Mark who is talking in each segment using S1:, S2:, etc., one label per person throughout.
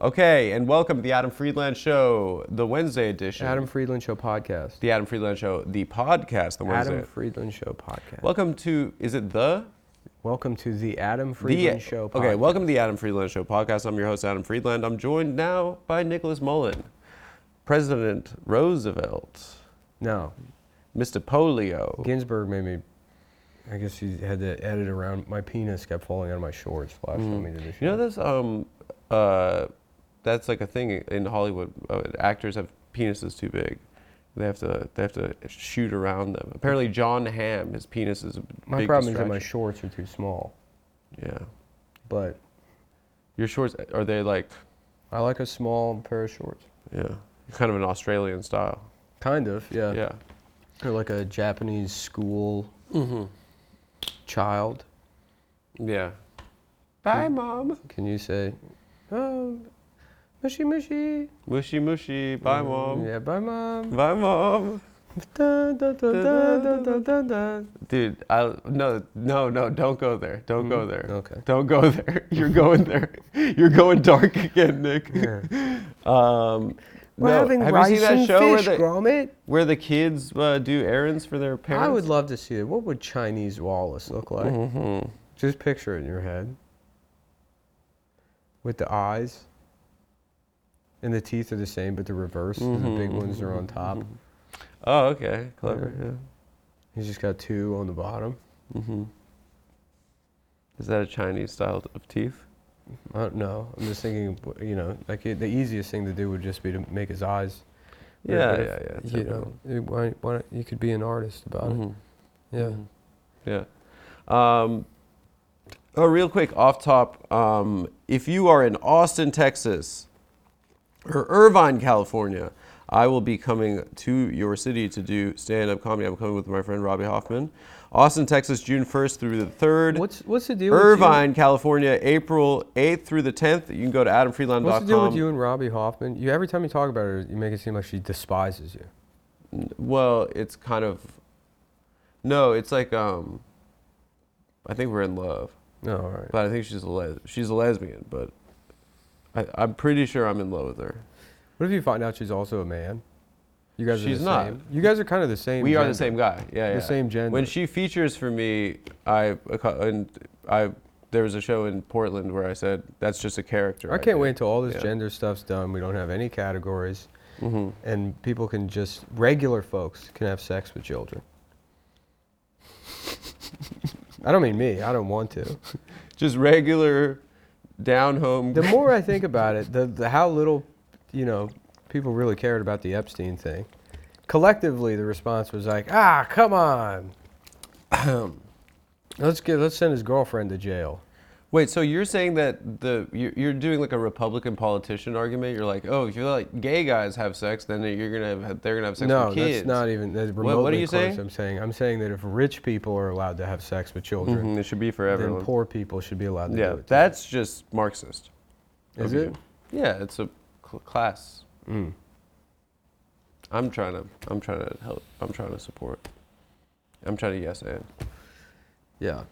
S1: Okay, and welcome to the Adam Friedland Show, the Wednesday edition.
S2: Adam Friedland Show podcast.
S1: the Adam Friedland Show, the podcast, the Wednesday.
S2: Adam Friedland Show podcast.
S1: welcome to, is it the?
S2: Welcome to the Adam
S1: the,
S2: Friedland
S1: E-
S2: Show podcast.
S1: Okay, welcome to the Adam Friedland Show podcast. I'm your host, Adam Friedland. I'm joined now by Nicholas Mullen, President Roosevelt,
S2: No,
S1: Mr. Polio.
S2: Ginsburg made me. I guess he had to edit around. My penis kept falling out of my shorts last time we did this.
S1: Hmm. You know
S2: show.
S1: this? Um, uh, that's like a thing in Hollywood. Uh, actors have penises too big. They have to they have to shoot around them. Apparently, John Hamm, his penis is a
S2: my
S1: big
S2: problem is that my
S1: distraction.
S2: shorts are too small,
S1: yeah,
S2: but
S1: your shorts are they like
S2: I like a small pair of shorts.
S1: yeah, kind of an Australian style.
S2: Kind of, yeah.
S1: Yeah,
S2: They're like a Japanese school Mm-hmm. child.
S1: yeah. Bye, mom.
S2: Can you say, oh, mushy mushy?
S1: Mushy mushy. Bye, mom.
S2: Mm-hmm.
S1: Hmm.
S2: Yeah, bye, mom.
S1: Bye, mom.
S2: Dun, dun, dun, dun, dun, dun, dun, dun.
S1: Dude, I no no no. Don't go there. Don't go there.
S2: Mm-hmm. Okay.
S1: Don't go there. You're going there. You're going dark again, Nick. Um, no, have you seen that show where, the,
S2: Gromit.
S1: where the kids uh, do errands for their parents?
S2: I would love to see it. What would Chinese Wallace look like?
S1: Mhm.
S2: Just picture it in your head. With the eyes. And the teeth are the same, but the reverse. The
S1: Mm-hmm.
S2: big ones are on top.
S1: Oh, okay, clever. Yeah.
S2: He's just got two on the bottom. Mm-hmm.
S1: Is that a Chinese style of teeth?
S2: I don't know. I'm just thinking, you know, like it, the easiest thing to do would just be to make his eyes. red,
S1: Yeah,
S2: but
S1: yeah, yeah, it's
S2: You
S1: okay.
S2: know, it- why, why, don't- you could be an artist about
S1: Mhm.
S2: it. Yeah.
S1: Mm-hmm. Yeah. Um, oh, real quick, off top. Um, if you are in Austin, Texas, or Irvine, California, I will be coming to your city to do stand-up comedy. I'm coming with my friend Robbie Hoffman. Austin, Texas, June 1st through the 3rd.
S2: What's what's the deal? with you-
S1: Irvine, California, April 8th through the 10th. You can go to adamfreeland.com.
S2: What's the deal with you and Robbie Hoffman? You every time you talk about her, you make it seem like she despises you.
S1: Well, it's kind of. No, it's like um. I think we're in love,
S2: No, all right.
S1: but I think she's a les- she's a lesbian, but I, I'm pretty sure I'm in love with her.
S2: What if you find out she's also a man? You guys
S1: She's
S2: are the
S1: not.
S2: same. You guys are kind of the same.
S1: We are the
S2: gender.
S1: same guy. Yeah,
S2: The
S1: yeah.
S2: same gender.
S1: When she features for me, I and I there was a show in Portland where I said that's just a character.
S2: I
S1: did."
S2: can't wait until all this
S1: Yeah. Mm-hmm.
S2: gender stuff's done. We don't have any categories, and people can just regular folks can have sex with children. I don't mean me. I don't want to.
S1: Just regular, down home.
S2: The more I think about it, the, the how little, you know, people really cared about the Epstein thing. Collectively, the response was like, "Ah, come on, let's get let's send his girlfriend to jail."
S1: Wait, so you're saying that the you're, you're doing like a Republican politician argument? You're like, oh, if you're like gay guys have sex, then you're gonna have, they're gonna have sex
S2: no,
S1: with kids.
S2: that's not even that's
S1: what are
S2: remotely
S1: you
S2: close.
S1: saying?
S2: I'm saying I'm saying that if rich people are allowed to have sex with children,
S1: Mhm, it should be for
S2: then
S1: everyone.
S2: poor people should be allowed to
S1: yeah,
S2: do it. too.
S1: that's just Marxist.
S2: Is
S1: of
S2: it? Mm.
S1: you. Yeah, it's a cl- class. I'm trying to I'm trying to help. I'm trying to support. I'm trying to yes and.
S2: Yeah.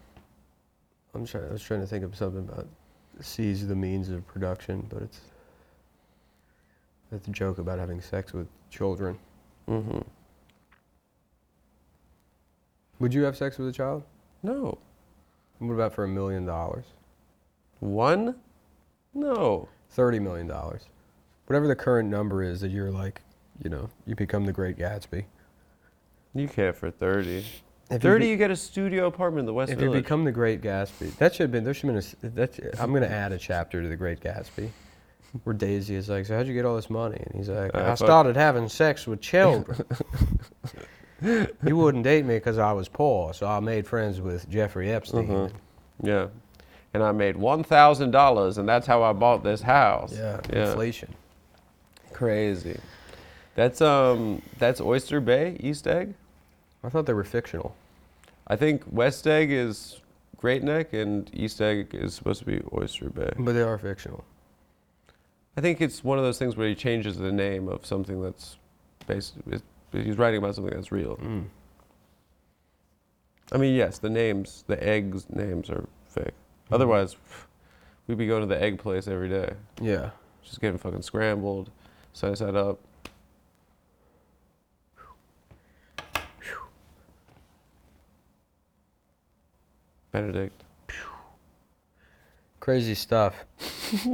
S2: I'm trying. I was trying to think of something about seize the means of production, but it's that's a joke about having sex with children.
S1: hmm
S2: Would you have sex with a child?
S1: No,
S2: What about for a million dollars?
S1: one, no.
S2: Thirty million dollars, whatever the current number is that you're like, you know, you become the Great Gatsby.
S1: You can't for thirty.
S2: If you
S1: thirty,
S2: be-
S1: you get a studio apartment in the West
S2: If you
S1: Village.
S2: become the Great Gatsby, that should have been there should have been a, that I'm gonna add a chapter to the Great Gatsby, where Daisy is like, so how'd you get all this money? And he's like,
S1: Uh,
S2: I
S1: fuck.
S2: started having sex with children. he wouldn't date me because I was poor, so I made friends with Jeffrey Epstein.
S1: Yeah. And I made $1,000 and that's how I bought this house.
S2: Yeah,
S1: Yeah.
S2: inflation.
S1: Crazy. That's um that's Oyster Bay, East Egg.
S2: I thought they were fictional.
S1: I think West Egg is Great Neck and East Egg is supposed to be Oyster Bay.
S2: But they are fictional.
S1: I think it's one of those things where he changes the name of something that's based it- he's writing about something that's real.
S2: Hmm.
S1: I mean, yes, the names, the eggs names are fake. Otherwise, we'd be going to the egg place every day.
S2: Yeah.
S1: Just getting fucking scrambled, side side up. Benedict.
S2: Crazy stuff.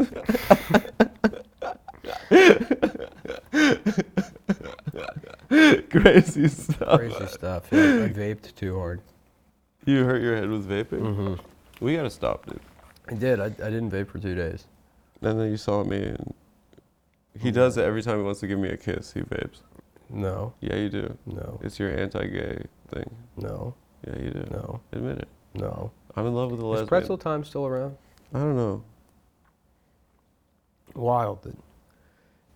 S1: Crazy stuff.
S2: Crazy stuff. Yeah, I vaped too hard.
S1: You hurt your head with vaping?
S2: Mm-hmm.
S1: We gotta stop, dude.
S2: I did. I, I didn't vape for two days.
S1: And then you saw me, and he does it every time he wants to give me a kiss. He vapes.
S2: No,
S1: Yeah, you do.
S2: no,
S1: It's your anti-gay thing.
S2: no,
S1: Yeah, you do.
S2: no,
S1: Admit it.
S2: no.
S1: I'm in love with a
S2: Is
S1: lesbian.
S2: pretzel time still around?
S1: I don't know.
S2: Wild. that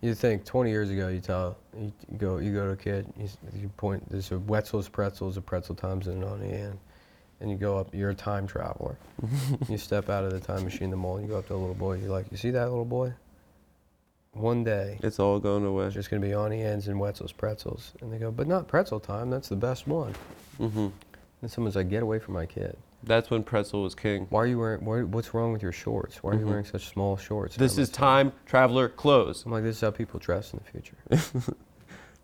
S2: You think 20 years ago, you tell you t- go you go to a kid, you, s- you point. There's a Wetzel's pretzels, a pretzel times, and on the end, and you go up. You're a time traveler. you step out of the time machine, the mall. You go up to a little boy. You're like, you see that little boy? One day,
S1: It's all going away.
S2: it's just gonna be on the ends and Wetzel's pretzels, and they go, but not pretzel time. That's the best one.
S1: hmm
S2: And someone's like, get away from my kid.
S1: That's when pretzel was king.
S2: Why are you wearing? Why, what's wrong with your shorts? Why are you wearing such small shorts?
S1: Mm-hmm. This
S2: I'm
S1: is
S2: like-
S1: time traveler clothes.
S2: I'm like, this is how people dress in the future.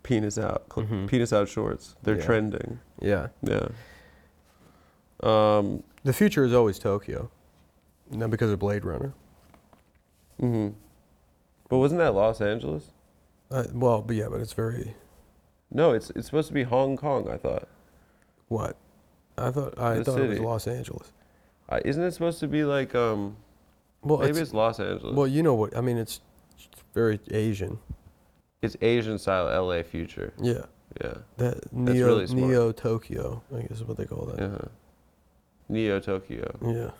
S1: Penis out. Cl-
S2: Mhm.
S1: Penis out shorts. They're
S2: Yeah.
S1: trending.
S2: yeah.
S1: Yeah. Um.
S2: The future is always Tokyo. Not because of Blade Runner.
S1: hmm But wasn't that Los Angeles?
S2: Uh, well, but yeah, but it's very
S1: No, it's it's supposed to be Hong Kong. I thought.
S2: what? I thought I
S1: The
S2: thought it was
S1: city.
S2: Los Angeles.
S1: Uh, isn't it supposed to be like um?
S2: Well,
S1: maybe
S2: it's,
S1: it's Los Angeles.
S2: well, you know what? I mean, it's very Asian.
S1: It's Asian style LA future.
S2: Yeah,
S1: Yeah.
S2: that neo
S1: really smart.
S2: neo Tokyo. I guess is what they call that.
S1: Uh-huh. Neo Tokyo.
S2: Yeah.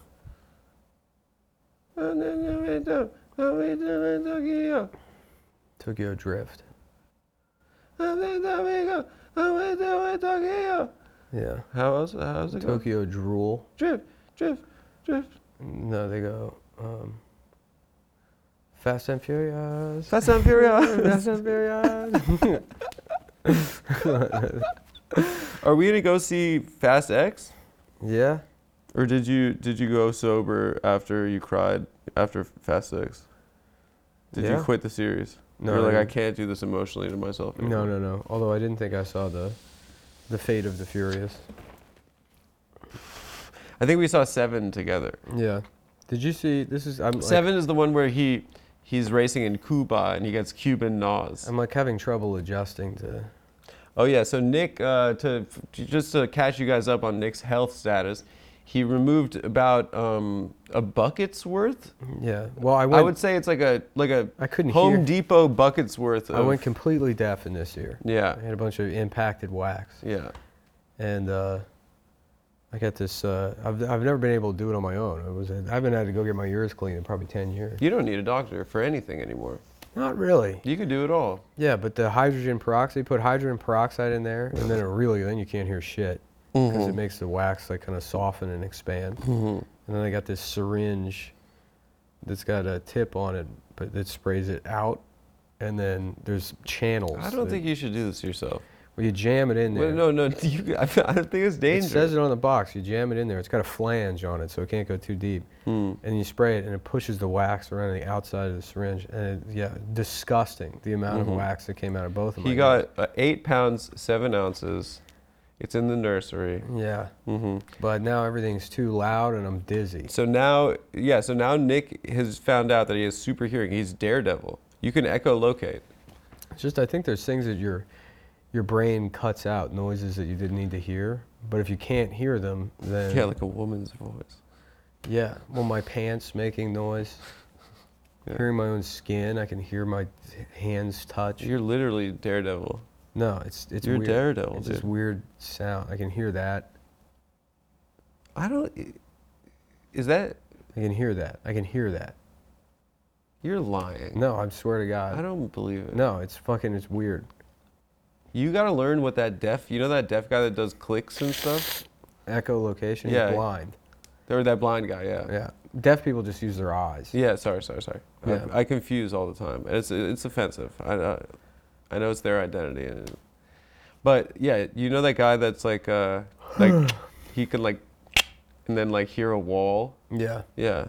S2: Tokyo Drift. Yeah.
S1: How else? How else it go?
S2: Tokyo Drool.
S1: Drift, drift, drift.
S2: No, they go um, Fast and Furious.
S1: Fast and Furious.
S2: Fast and Furious.
S1: Are we gonna go see Fast X?
S2: yeah.
S1: Or did you did you go sober after you cried after Fast X? Did you
S2: Yeah.
S1: quit the series?
S2: No,
S1: You're like
S2: I
S1: I can't do this emotionally to myself.
S2: No, no, no. Although I didn't think I saw the the fate of the Furious.
S1: I think we saw seven together.
S2: Yeah. Did you see? This is I'm like,
S1: Seven is the one where he he's racing in Cuba and he gets Cuban gnaws.
S2: I'm like having trouble adjusting to.
S1: Oh yeah, so Nick, uh, to f- j- just to catch you guys up on Nick's health status, he removed about um, a bucket's worth.
S2: Yeah. Well, I
S1: I
S2: went. I,
S1: would say it's like a like a
S2: couldn't
S1: Home
S2: hear.
S1: Depot bucket's worth. Of,
S2: I went completely deaf in this year.
S1: Yeah,
S2: I had a bunch of impacted wax,
S1: yeah.
S2: and uh, I got this. Uh, I've I've never been able to do it on my own. I was I haven't had to go get my ears cleaned in probably ten years.
S1: You don't need a doctor for anything anymore.
S2: Not really.
S1: You can do it all.
S2: Yeah, but the hydrogen peroxide, put hydrogen peroxide in there, and then it really, then you can't hear shit because
S1: Mm-hmm.
S2: it makes the wax like kind of soften and expand. And then I got this syringe that's got a tip on it, but that sprays it out. And then there's channels.
S1: I don't
S2: that-
S1: think you should do this yourself.
S2: Well, you jam it in there.
S1: Wait, no, no. You, g- I don't think it's
S2: it
S1: dangerous.
S2: says it on the box. You jam it in there. It's got a flange on it, so it can't go too deep.
S1: Hmm.
S2: And you spray it, and it pushes the wax around the outside of the syringe. And it, yeah, disgusting the amount of wax that came out of both of my
S1: Mm-hmm. he
S2: ears.
S1: got uh, eight pounds seven ounces. It's in the nursery.
S2: Yeah.
S1: hmm
S2: But now everything's too loud and I'm dizzy.
S1: So now, yeah. So now Nick has found out that he has super hearing. He's Daredevil. You can echolocate.
S2: It's just I think there's things that your your brain cuts out noises that you didn't need to hear. But if you can't hear them, then
S1: Yeah, like a woman's voice.
S2: yeah. Well, my pants making noise,
S1: Yeah.
S2: hearing my own skin, I can hear my hands touch.
S1: You're literally Daredevil.
S2: no, it's it's
S1: You're
S2: weird.
S1: Daredevil,
S2: It's this
S1: dude.
S2: weird sound. I can hear that.
S1: I don't. Is that
S2: I can hear that. I can hear that.
S1: you're lying?
S2: No, I swear to
S1: I
S2: God.
S1: don't believe it.
S2: No, it's fucking it's weird.
S1: You gotta learn what that deaf. You know that deaf guy that does clicks and stuff,
S2: Echolocation. he's
S1: Yeah. Uh,
S2: blind.
S1: or that blind guy. Yeah. Yeah.
S2: Yeah. Deaf people just use their eyes.
S1: sorry, sorry, sorry.
S2: Yeah.
S1: I, I confuse all the time. and It's it's offensive. I I, I know it's their identity, and it- but yeah, you know that guy that's like uh like he can like and then like hear a wall.
S2: Yeah.
S1: Yeah.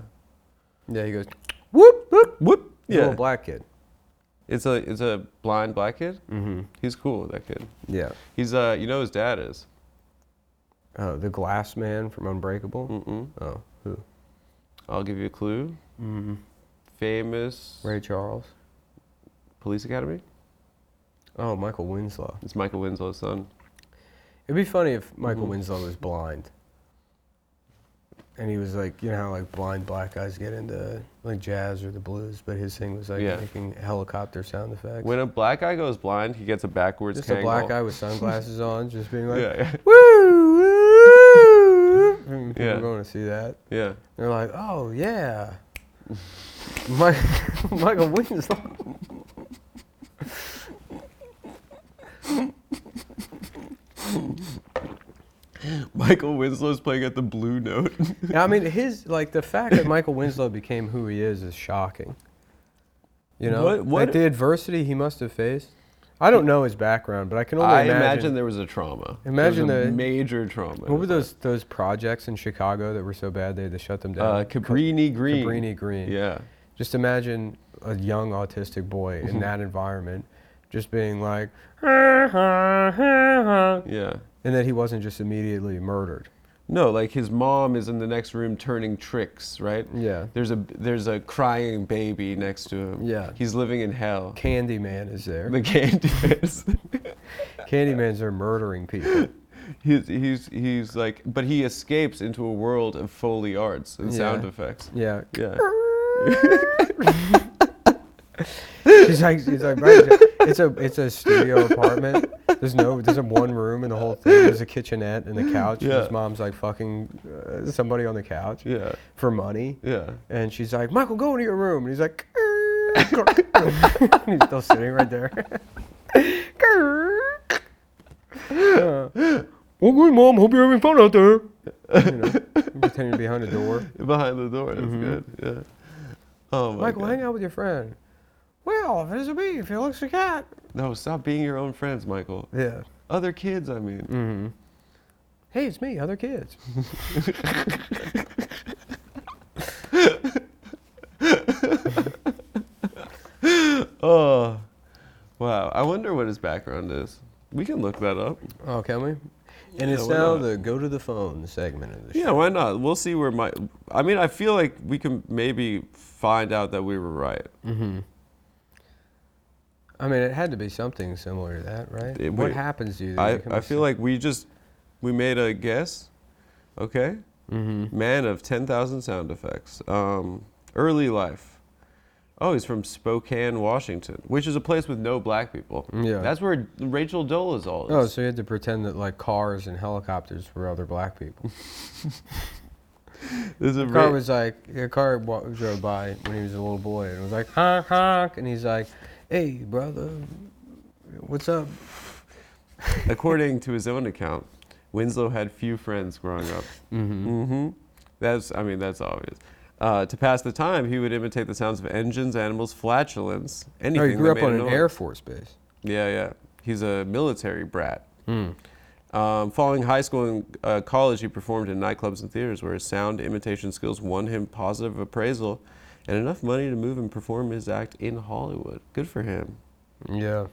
S2: Yeah. He goes.
S1: Whoop whoop whoop.
S2: He's a
S1: Yeah.
S2: little black kid.
S1: It's a it's a blind black kid.
S2: Mm-hmm.
S1: He's cool. That kid.
S2: Yeah.
S1: He's uh you know who his dad is.
S2: Oh, the glass man from Unbreakable.
S1: Mm-mm.
S2: Oh, who?
S1: I'll give you a clue.
S2: Mm-hmm.
S1: Famous
S2: Ray Charles.
S1: police academy.
S2: Oh, Michael Winslow.
S1: It's Michael Winslow's son.
S2: It'd be funny if Michael
S1: Mhm.
S2: Winslow was blind. And he was like, you know how like blind black guys get into like jazz or the blues, but his thing was like
S1: Yeah.
S2: making helicopter sound effects.
S1: When a black guy goes blind, he gets a backwards.
S2: just a black
S1: Kangol.
S2: guy with sunglasses on, just being like,
S1: Yeah,
S2: woo, woo. And People
S1: Yeah.
S2: going to see that.
S1: yeah.
S2: They're like, oh yeah, Mi- Michael Winslow.
S1: Michael Winslow's playing at the blue note.
S2: Yeah, I mean, his like the fact that Michael Winslow became who he is is shocking. You know,
S1: What- what-
S2: like the adversity he must have faced. I don't know his background, but I can only
S1: I
S2: imagine.
S1: imagine there was a trauma. There was
S2: Imagine
S1: a
S2: the-
S1: major trauma.
S2: what were those those projects in Chicago that were so bad they had to shut them down?
S1: Uh, Cabrini Green.
S2: Cabrini Green.
S1: Yeah.
S2: Just imagine a young autistic boy
S1: Mm-hmm.
S2: in that environment, just being like,
S1: Yeah.
S2: and that he wasn't just immediately murdered.
S1: No, like his mom is in the next room turning tricks, right?
S2: Yeah.
S1: There's a there's a crying baby next to him.
S2: Yeah.
S1: He's living in hell.
S2: Candyman is there.
S1: The candy is.
S2: Candyman's there murdering people.
S1: he's he's he's like but he escapes into a world of Foley arts and sound
S2: Yeah.
S1: effects.
S2: Yeah.
S1: Yeah.
S2: He's like, he's like, "Bro, it's a it's a studio apartment. There's no, there's a one room in the whole thing. There's a kitchenette and a couch. And
S1: Yeah.
S2: his mom's like fucking uh, somebody on the couch
S1: Yeah.
S2: for money.
S1: Yeah.
S2: And she's like, Michael, go into your room. And he's like, and he's still sitting right there. Uh, well, good, mom. Hope you're having fun out there. You know, pretending to be behind a door.
S1: Behind the door. That's good. Yeah. Oh my
S2: Mm-hmm. Michael,
S1: god.
S2: hang out with your friend. Well, if it's a bee, Felix a cat.
S1: No, stop being your own friends, Michael.
S2: Yeah.
S1: Other kids, I mean.
S2: Mm-hmm. Hey, it's me, other kids.
S1: Oh. Wow. I wonder what his background is. We can look that up.
S2: Oh, can we? And it's
S1: why
S2: now
S1: not?
S2: the go to the phone segment of the
S1: Yeah,
S2: show.
S1: why not? We'll see where my. I mean, I feel like we can maybe find out that we were right.
S2: Mm-hmm. I mean, it had to be something similar to that, right?
S1: It-
S2: what
S1: wait,
S2: happens to you?
S1: I, I feel like we just we made a guess. Okay,
S2: Mm-hmm.
S1: man of ten thousand sound effects. Um, early life. Oh, he's from Spokane, Washington, which is a place with no black people.
S2: Yeah.
S1: That's where Rachel Dolezal is.
S2: Oh, so you had to pretend that like cars and helicopters were other black people.
S1: This is a
S2: The car
S1: Ra-
S2: was like a car wa- drove by when he was a little boy and it was like honk honk, and he's like, "Hey, brother, what's up?"
S1: According to his own account, Winslow had few friends growing up.
S2: Mm-hmm.
S1: hmm That's, I mean, that's obvious. Uh, to pass the time, he would imitate the sounds of engines, animals, flatulence, anything.
S2: Oh, he
S1: that
S2: grew up
S1: made
S2: on
S1: a
S2: an
S1: noise.
S2: Air Force base.
S1: Yeah, yeah. He's a military brat.
S2: Mm.
S1: Um, following high school and uh, college, he performed in nightclubs and theaters, where his sound imitation skills won him positive appraisal and enough money to move and perform his act in Hollywood. Good for him.
S2: Yeah.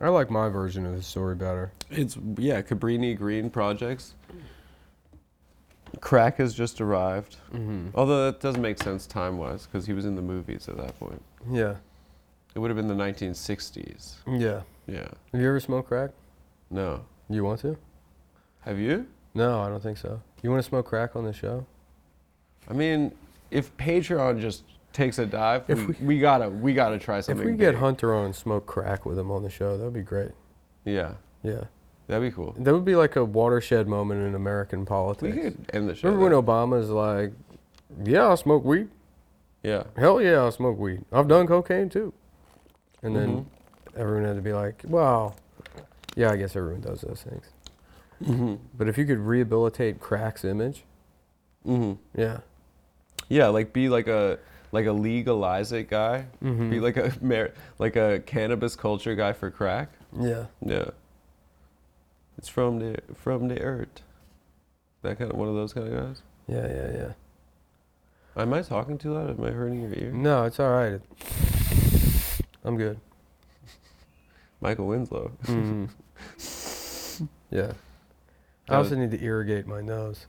S2: I like my version of the story better.
S1: It's yeah, Cabrini Green projects. Crack has just arrived.
S2: Mm-hmm.
S1: Although that doesn't make sense time wise because he was in the movies at that point.
S2: Yeah.
S1: It would have been the 1960s.
S2: Yeah.
S1: Yeah.
S2: Have you ever smoked crack?
S1: No.
S2: You want to?
S1: Have you?
S2: No, I don't think so. You want to smoke crack on the show?
S1: I mean, if Patreon just takes a dive, we, we, gotta we gotta try
S2: If
S1: something.
S2: we get
S1: big.
S2: Hunter on and smoke crack with him on the show, that would be great.
S1: yeah,
S2: Yeah.
S1: that'd be cool.
S2: That would be like a watershed moment in American
S1: We
S2: politics.
S1: could end the show.
S2: Remember when
S1: there.
S2: Obama's like, yeah, I'll smoke weed.
S1: yeah,
S2: Hell yeah, I'll smoke weed. I've done cocaine too. And then
S1: Mm-hmm.
S2: everyone had to be like, wow. Yeah, I guess everyone does those things.
S1: hmm
S2: But if you could rehabilitate crack's image,
S1: hmm
S2: yeah.
S1: yeah, like be like a like a legalize it guy,
S2: Mm-hmm.
S1: be like a mer- like a cannabis culture guy for crack.
S2: Yeah.
S1: Yeah, it's from the from the earth. That kind of one of those kind of guys.
S2: Yeah, yeah, yeah.
S1: Am I talking too loud? Am I hurting your ear?
S2: No, it's all right. I'm good.
S1: Michael Winslow. Mm-hmm.
S2: Yeah.
S1: Uh,
S2: I also need to irrigate my nose.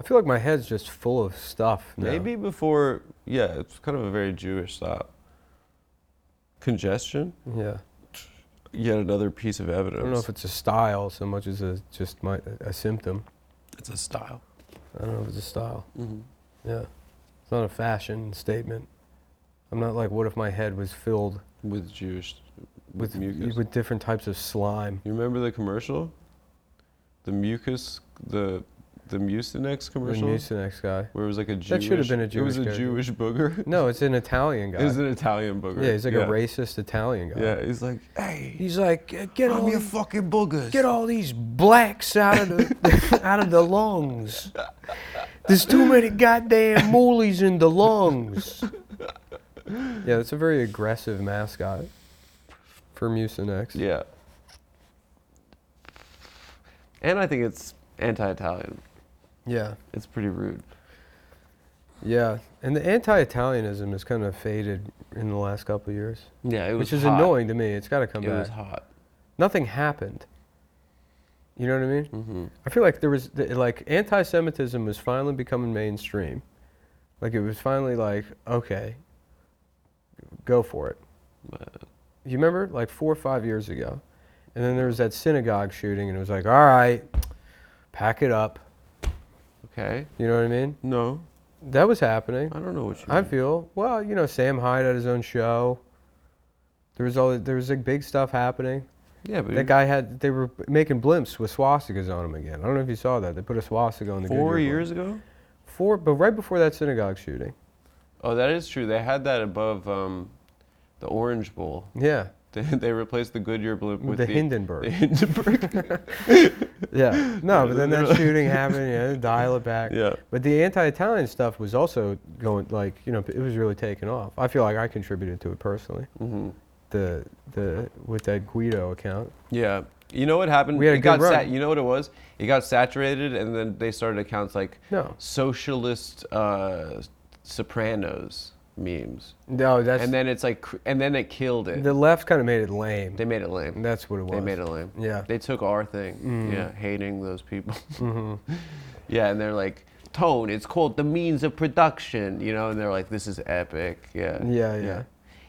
S2: I feel like my head's just full of stuff. now.
S1: Maybe before, yeah, it's kind of a very Jewish stop. Congestion?
S2: Yeah.
S1: Yet another piece of
S2: I
S1: evidence.
S2: don't know if it's a style so much as a, just my a symptom.
S1: it's a style.
S2: I don't know if it's a style.
S1: hmm
S2: Yeah. It's not a fashion statement. I'm not like, what if my head was filled
S1: With Jewish, with,
S2: with
S1: mucus.
S2: with different types of slime?
S1: you remember the commercial? The mucus, the the mucinex
S2: The
S1: commercial,
S2: Mucinex guy.
S1: where it was like a Jewish.
S2: That should have been a
S1: It was
S2: Jewish
S1: a
S2: character.
S1: Jewish booger.
S2: No, it's an Italian guy.
S1: it was an Italian booger.
S2: yeah, he's like a racist Italian guy.
S1: Yeah, he's like, hey,
S2: He's like, "Uh, get
S1: I'm
S2: all
S1: your
S2: these,
S1: fucking boogers.
S2: get all these blacks out of the out of the lungs. There's too many goddamn moolies in the lungs. Yeah, that's a very aggressive mascot for Mucinex.
S1: Yeah. And I think it's anti-Italian.
S2: yeah.
S1: It's pretty rude.
S2: Yeah, and the anti-Italianism has kind of faded in the last couple of years,
S1: Yeah, it
S2: which is annoying to me. It's got to come
S1: It was
S2: back.
S1: hot.
S2: Nothing happened. You know what I mean?
S1: Mm-hmm.
S2: I feel like there was th- like anti-Semitism was finally becoming mainstream. Like it was finally like okay, go for it. You remember like four or five years ago, and then there was that synagogue shooting, and it was like all right, pack it up.
S1: Okay.
S2: You know what I mean?
S1: No,
S2: That was happening.
S1: I don't know what you.
S2: I feel well. You know, Sam Hyde had his own show. There was all there was like big stuff happening.
S1: yeah, but
S2: That guy had they were making blimps with swastikas on them again. I don't know if you saw that. They put a swastika on the
S1: four
S2: Goodyear blimp.
S1: years ago.
S2: Four, but right before that synagogue shooting.
S1: Oh, that is true. They had that above um, the Orange Bowl.
S2: Yeah,
S1: They, they replaced the Goodyear blimp with
S2: the,
S1: the the
S2: Hindenburg.
S1: Hindenburg.
S2: yeah, no, but then that shooting happened. Yeah, they dial it back.
S1: yeah.
S2: But the anti-Italian stuff was also going like you know it was really taking off. I feel like I contributed to it personally.
S1: Mm-hmm.
S2: The the with that Guido account.
S1: Yeah. You know what happened?
S2: We had a
S1: it
S2: good
S1: got
S2: run.
S1: you know what it was? It got saturated, and then they started accounts like
S2: No,
S1: socialist uh, Sopranos memes,
S2: no, that's
S1: and then it's like, cr- and then it killed it.
S2: The left kind of made it lame.
S1: they made it lame.
S2: That's what it was.
S1: They made it lame.
S2: Yeah.
S1: They took our thing.
S2: Mm.
S1: Yeah, hating those people.
S2: hmm
S1: yeah, and they're like, tone. It's called the means of production. You know, and they're like, this is epic. Yeah.
S2: Yeah, yeah.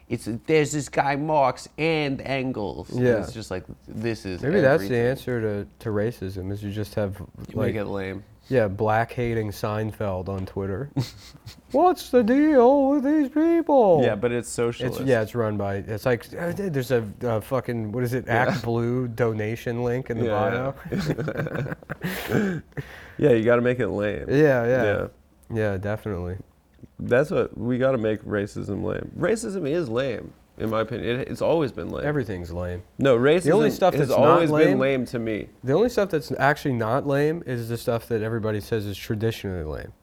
S1: It's there's this guy Marx and Engels. and
S2: Yeah.
S1: It's just like this is.
S2: Maybe that's the
S1: everything.
S2: answer to, to racism is you just have
S1: You
S2: like
S1: make it lame.
S2: yeah, black hating Seinfeld on Twitter. What's the deal with these people?
S1: Yeah, but it's
S2: oh. It's
S1: socialist.
S2: yeah, it's run by it's like uh, th- there's a uh, fucking what is it Act Blue donation link in the
S1: Yeah,
S2: bio.
S1: Yeah, you got to make it lame.
S2: Yeah, yeah, yeah, definitely.
S1: That's what we got to make racism lame. Racism is lame, in my opinion. It, it's always been lame.
S2: Everything's lame.
S1: no, racism
S2: only stuff
S1: has
S2: that's not
S1: always been
S2: lame-
S1: lame to me.
S2: The only stuff that's actually not lame is the stuff that everybody says is traditionally lame.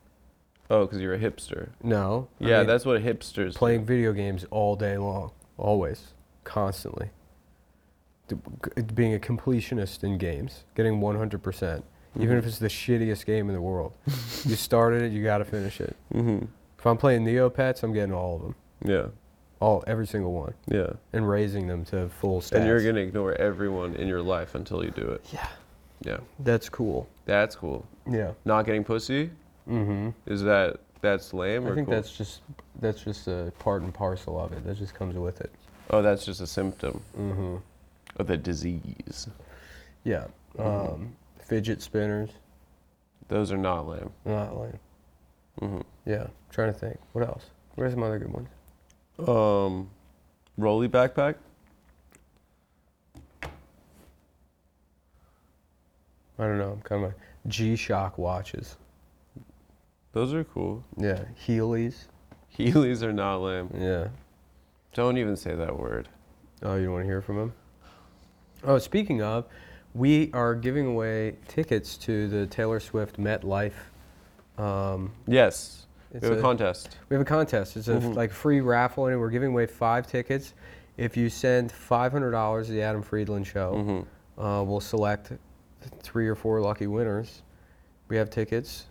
S1: Oh, because you're a hipster.
S2: No. I
S1: yeah,
S2: mean,
S1: that's what hipsters do.
S2: playing video games all day long, always, constantly. D- g- Being a completionist in games, getting 100%, percent
S1: Mm-hmm.
S2: even if it's the shittiest game in the world. you started it, you got to finish it.
S1: Mhm.
S2: If I'm playing Neopets, I'm getting all of them,
S1: Yeah,
S2: all every single one,
S1: yeah.
S2: and raising them to full stats.
S1: And you're gonna ignore everyone in your life until you do it.
S2: yeah,
S1: Yeah,
S2: that's cool.
S1: that's cool.
S2: Yeah.
S1: Not getting pussy
S2: Mm-hmm.
S1: is that that's lame or
S2: I think
S1: cool?
S2: that's just that's just a part and parcel of it. That just comes with it.
S1: oh, that's just a symptom
S2: Mm-hmm.
S1: of the disease.
S2: Yeah. Um, fidget spinners,
S1: Those are not lame.
S2: not lame.
S1: Mm-hmm.
S2: Yeah, trying to think. What else? Where's some other good ones?
S1: Um, rolly backpack.
S2: I don't know. I'm kind of like G-Shock watches.
S1: Those are cool.
S2: Yeah, Heelys.
S1: Heelys are not lame.
S2: Yeah.
S1: Don't even say that word.
S2: Oh, you want to hear from him? Oh, speaking of, we are giving away tickets to the Taylor Swift Met Life. Um,
S1: Yes.
S2: It's
S1: we have a,
S2: a-
S1: contest.
S2: we have a contest. It's a f- like free raffle, and we're giving away five tickets. If you send $500 to the Adam Friedland Show,
S1: Mhm.
S2: Mm-hmm. uh, we'll select three or four lucky winners. We have tickets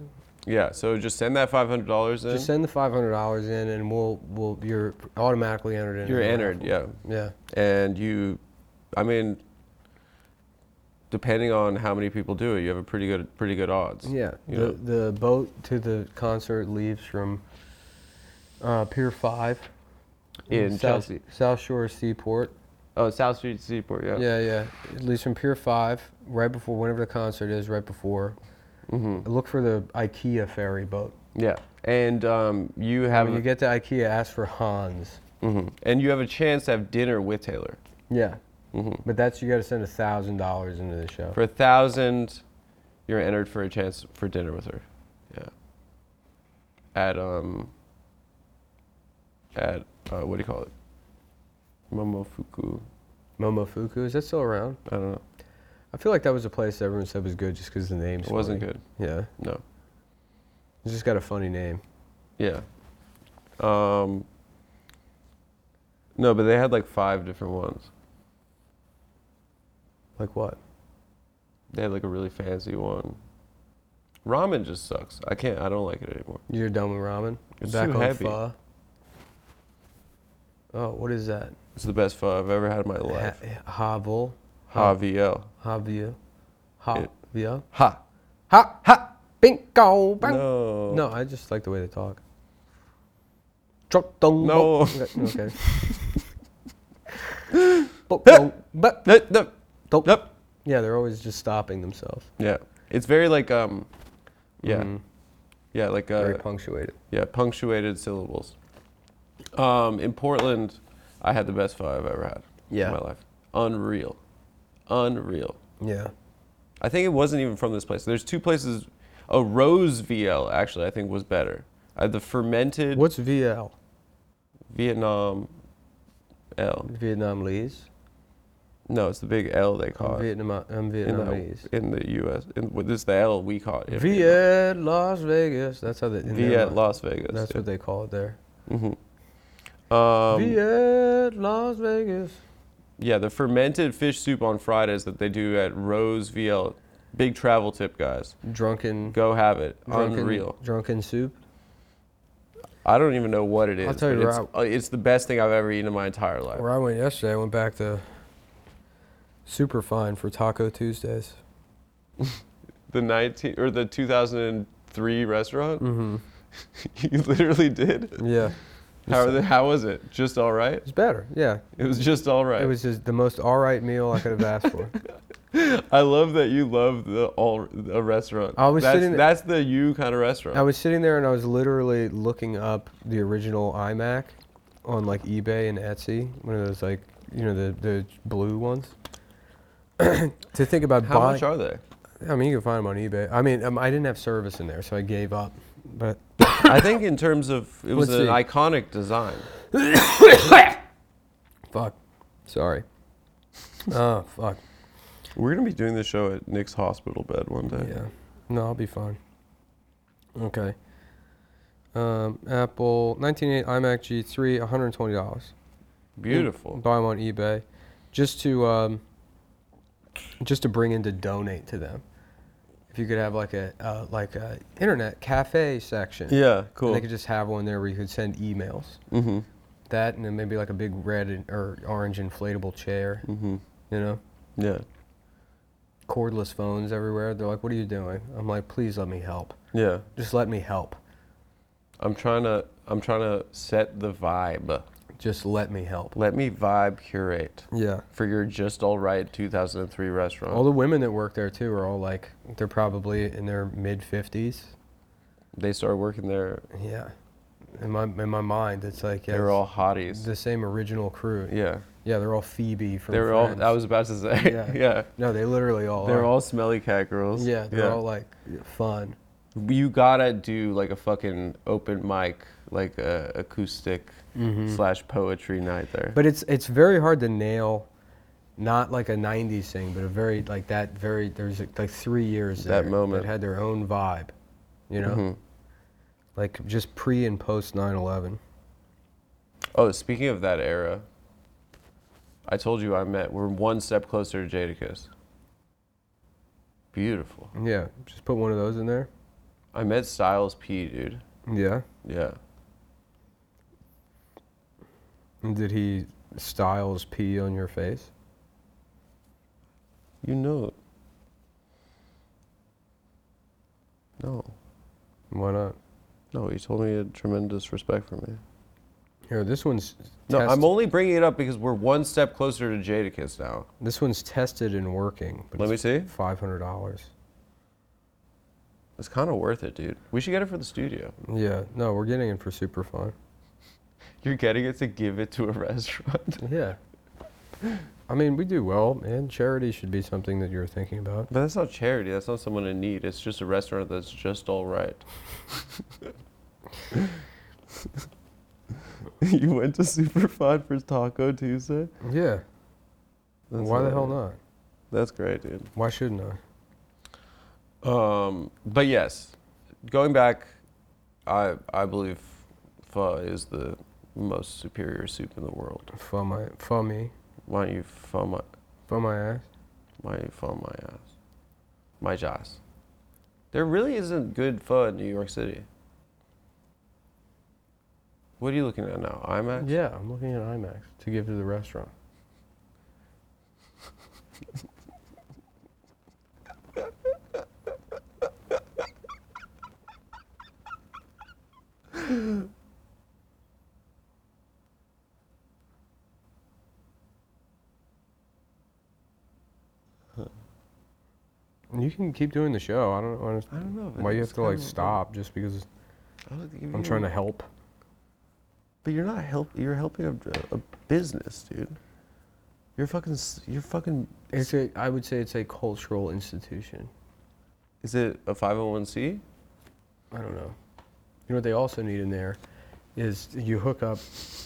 S1: Yeah, so just send that five hundred dollars in.
S2: Just send the five hundred dollars in, and we'll we'll you're automatically entered in.
S1: You're
S2: the
S1: entered, yeah,
S2: raffle. Yeah.
S1: and you, I mean, depending on how many people do it, you have a pretty good pretty good odds.
S2: Yeah,
S1: You
S2: the
S1: know?
S2: the boat to the concert leaves from uh, Pier Five
S1: In
S2: Mm-hmm. South,
S1: Chelsea.
S2: South Shore Seaport.
S1: Oh, South Street Seaport, yeah.
S2: Yeah, yeah. It leaves from Pier Five right before whenever the concert is. Right before,
S1: hmm
S2: look for the IKEA ferry boat.
S1: Yeah, and um, you have
S2: when you get to IKEA, ask for Hans.
S1: hmm and you have a chance to have dinner with Taylor
S2: Yeah, but that's you got to send a thousand dollars into the show.
S1: Mm-hmm. for a thousand. You're entered for a chance for dinner with her. Yeah. At um. At uh, what do you call it? Momofuku.
S2: Momofuku is that still around?
S1: I don't know.
S2: I feel like that was a place that everyone said was good just because the name's
S1: It wasn't
S2: funny.
S1: good.
S2: Yeah,
S1: No.
S2: it's just got a funny name.
S1: Yeah. Um, no, but they had like five different ones.
S2: Like what?
S1: They had like a really fancy one. Ramen just sucks. I can't. I don't like it anymore.
S2: You're done with ramen?
S1: It's
S2: Back
S1: too
S2: on
S1: heavy.
S2: pho? Oh, what is that?
S1: It's the best pho I've ever had in my life.
S2: Ha- eh, Havel?
S1: Ha VL.
S2: Havia?
S1: It-
S2: Havia?
S1: Ha.
S2: Ha! Ha! Bingo! Bang!
S1: No.
S2: No, I just like the way they talk. Chok dong
S1: No.
S2: bok. Okay. Bok dong bok.
S1: Nope. Nope.
S2: Dok.
S1: nope.
S2: Yeah, they're always just stopping themselves.
S1: Yeah. It's very like um. Yeah.
S2: Mhm.
S1: Yeah. Like uh.
S2: Very punctuated.
S1: yeah. Punctuated syllables. Um. In Portland, I had the best pho I've ever had.
S2: Yeah.
S1: In my life. Unreal. Unreal.
S2: Yeah.
S1: I think it wasn't even from this place. There's two places. A rose VL actually I think was better. I had the fermented
S2: What's VL?
S1: Vietnam L.
S2: Vietnamese?
S1: No, it's the big L they
S2: I'm
S1: caught
S2: Vietnam-
S1: in
S2: I'm Vietnamese.
S1: the in the U.S. In, well, this is the L we caught. in Vietnam.
S2: Viet Las Vegas. That's how they. in their
S1: Viet
S2: mind-
S1: Las Vegas.
S2: That's what they call it there.
S1: hmm Um,
S2: Viet Las Vegas.
S1: Yeah, the fermented fish soup on Fridays that they do at Rose VL. Big travel tip, guys.
S2: Drunken.
S1: Go have it.
S2: drunken
S1: Unreal.
S2: Drunken soup.
S1: I don't even know what it is.
S2: I'll tell
S1: but
S2: you
S1: it's,
S2: right-
S1: uh, it's the best thing I've ever eaten in my entire life.
S2: Where I went yesterday, I went back to Superfine for Taco Tuesdays.
S1: The 19 or the 2003 restaurant.
S2: Mm-hmm.
S1: you literally did.
S2: Yeah.
S1: How, the, how was it? Just all right.
S2: It's better. Yeah.
S1: It was just all right.
S2: It was just the most all right meal I could have asked for.
S1: I love that you love the all a restaurant.
S2: I was
S1: that's,
S2: sitting-
S1: That's the you kind of restaurant.
S2: I was sitting there and I was literally looking up the original iMac on like eBay and Etsy, one of those like you know the the blue ones. to think about
S1: How
S2: buying.
S1: much are they?
S2: I mean, you can find them on eBay. I mean, um, I didn't have service in there, so I gave up. But
S1: I think in terms of it was
S2: Let's
S1: an
S2: see.
S1: iconic design.
S2: fuck, sorry. oh fuck.
S1: We're gonna be doing this show at Nick's hospital bed one day.
S2: Yeah. No, I'll be fine. Okay. Um, Apple 1980 iMac G3, 120 dollars.
S1: Beautiful.
S2: Buy them on eBay, just to um, just to bring in to donate to them. If you could have like a uh, like a internet cafe section, and
S1: Yeah, cool.
S2: they could just have one there where you could send emails.
S1: Mm-hmm.
S2: That and then maybe like a big red and, or orange inflatable chair.
S1: Mm-hmm.
S2: You know,
S1: Yeah.
S2: cordless phones everywhere. They're like, "What are you doing?" I'm like, "Please let me help.
S1: Yeah.
S2: Just let me help.
S1: I'm trying to I'm trying to set the vibe.
S2: Just let me help."
S1: Let me vibe curate
S2: Yeah.
S1: for your just all right 2003 restaurant.
S2: All the women that work there too are all like they're probably in their mid 50s.
S1: they started working there.
S2: Yeah. In my in my mind, it's like yeah,
S1: They were
S2: it's
S1: all hotties.
S2: the same original crew. Yeah,
S1: yeah.
S2: they're all Phoebe from.
S1: They were all.
S2: Friends.
S1: I was about to say.
S2: Yeah.
S1: Yeah.
S2: No, they literally all.
S1: They're
S2: are.
S1: all smelly cat girls.
S2: Yeah, they're all like fun.
S1: you gotta do like a fucking open mic, like a acoustic
S2: Mm-hmm.
S1: slash poetry night there.
S2: But it's it's very hard to nail, not like a '90s thing, but a very like that very there's like, like three years
S1: That
S2: there
S1: moment.
S2: that had their own vibe, you know,
S1: Mhm.
S2: like just pre and post 9/11.
S1: Oh, speaking of that era, I told you I met. We're one step closer to Jadakiss. Beautiful.
S2: Yeah, just put one of those in there.
S1: I met Styles P, dude.
S2: Yeah.
S1: Yeah.
S2: And Did he Styles pee on your face?
S1: You know. it. No.
S2: Why not?
S1: No, he told me he had tremendous respect for me.
S2: Here, this one's.
S1: No,
S2: test-
S1: I'm only bringing it up because we're one step closer to Jadakiss now.
S2: This one's tested and working. But
S1: Let me see.
S2: Five hundred dollars.
S1: It's kind of worth it, dude. We should get it for the studio.
S2: Yeah. No, we're getting it for super fun.
S1: You're getting it to give it to a restaurant.
S2: Yeah. I mean, we do well, man. Charity should be something that you're thinking about.
S1: But that's not charity. That's not someone in need. It's just a restaurant that's just all right. you went to Superfine for Taco Tuesday?
S2: Yeah.
S1: That's
S2: Why the hell
S1: hilarious.
S2: not?
S1: That's great, dude.
S2: Why shouldn't I?
S1: Um, but yes, going back, I I believe pho is the most superior soup in the world.
S2: Fun my, fun me,
S1: Why don't you pho my
S2: fun my ass.
S1: why don't you pho my ass, my joss? There really isn't good pho in New York City. What are you looking at now? IMAX.
S2: Yeah, I'm looking at IMAX to give to the restaurant. You can keep doing the show. I don't know
S1: I don't know. but
S2: why you
S1: it's
S2: have to like
S1: kinda-
S2: stop just because
S1: I don't think
S2: I'm
S1: you-
S2: trying to help.
S1: But you're not help. You're helping a, a business, dude. You're fucking. s- You're fucking.
S2: It's a, I would say it's a cultural institution.
S1: Is it a 501c?
S2: I don't know. You know what they also need in there is you hook up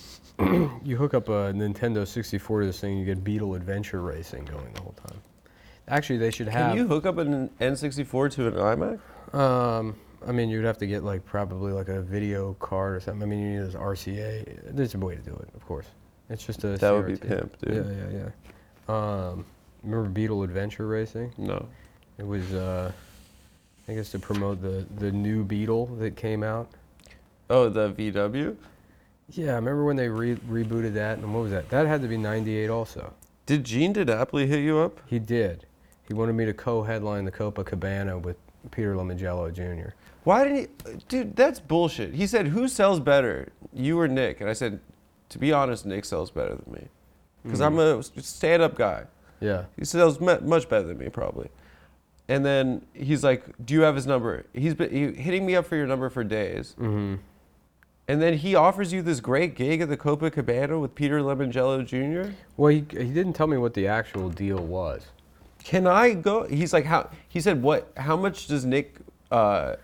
S2: you hook up a Nintendo 64 to this thing, you get Beetle Adventure Racing going the whole time. Actually, they should have.
S1: Can you hook up an N64 to an iMac?
S2: Um, I mean, you'd have to get like probably like a video card or something. I mean, you need this RCA. There's a way to do it, of course. It's just a.
S1: That would be
S2: CRT.
S1: pimp, dude.
S2: Yeah, yeah, yeah. Um, remember Beetle Adventure Racing?
S1: No.
S2: It was, uh, I guess, to promote the the new Beetle that came out.
S1: Oh, the VW?
S2: Yeah, I remember when they re- rebooted that, and what was that? That had to be '98 also.
S1: Did Gene DiNapoli hit you up?
S2: He did. He wanted me to co-headline the Copacabana with Peter Lamangello Jr.
S1: Why didn't he? Dude, that's bullshit. He said, Who sells better, you or Nick? And I said, To be honest, Nick sells better than me. Because I'm a
S2: Hmm.
S1: stand up guy.
S2: Yeah.
S1: He sells mu- much better than me, probably. And then he's like, Do you have his number? He's been he, hitting me up for your number for days.
S2: Mm-hmm.
S1: And then he offers you this great gig at the Copacabana with Peter Lemongello Jr.
S2: Well, he, he didn't tell me what the actual deal was.
S1: can I go? He's like, how? He said, what? How much does Nick? Uh,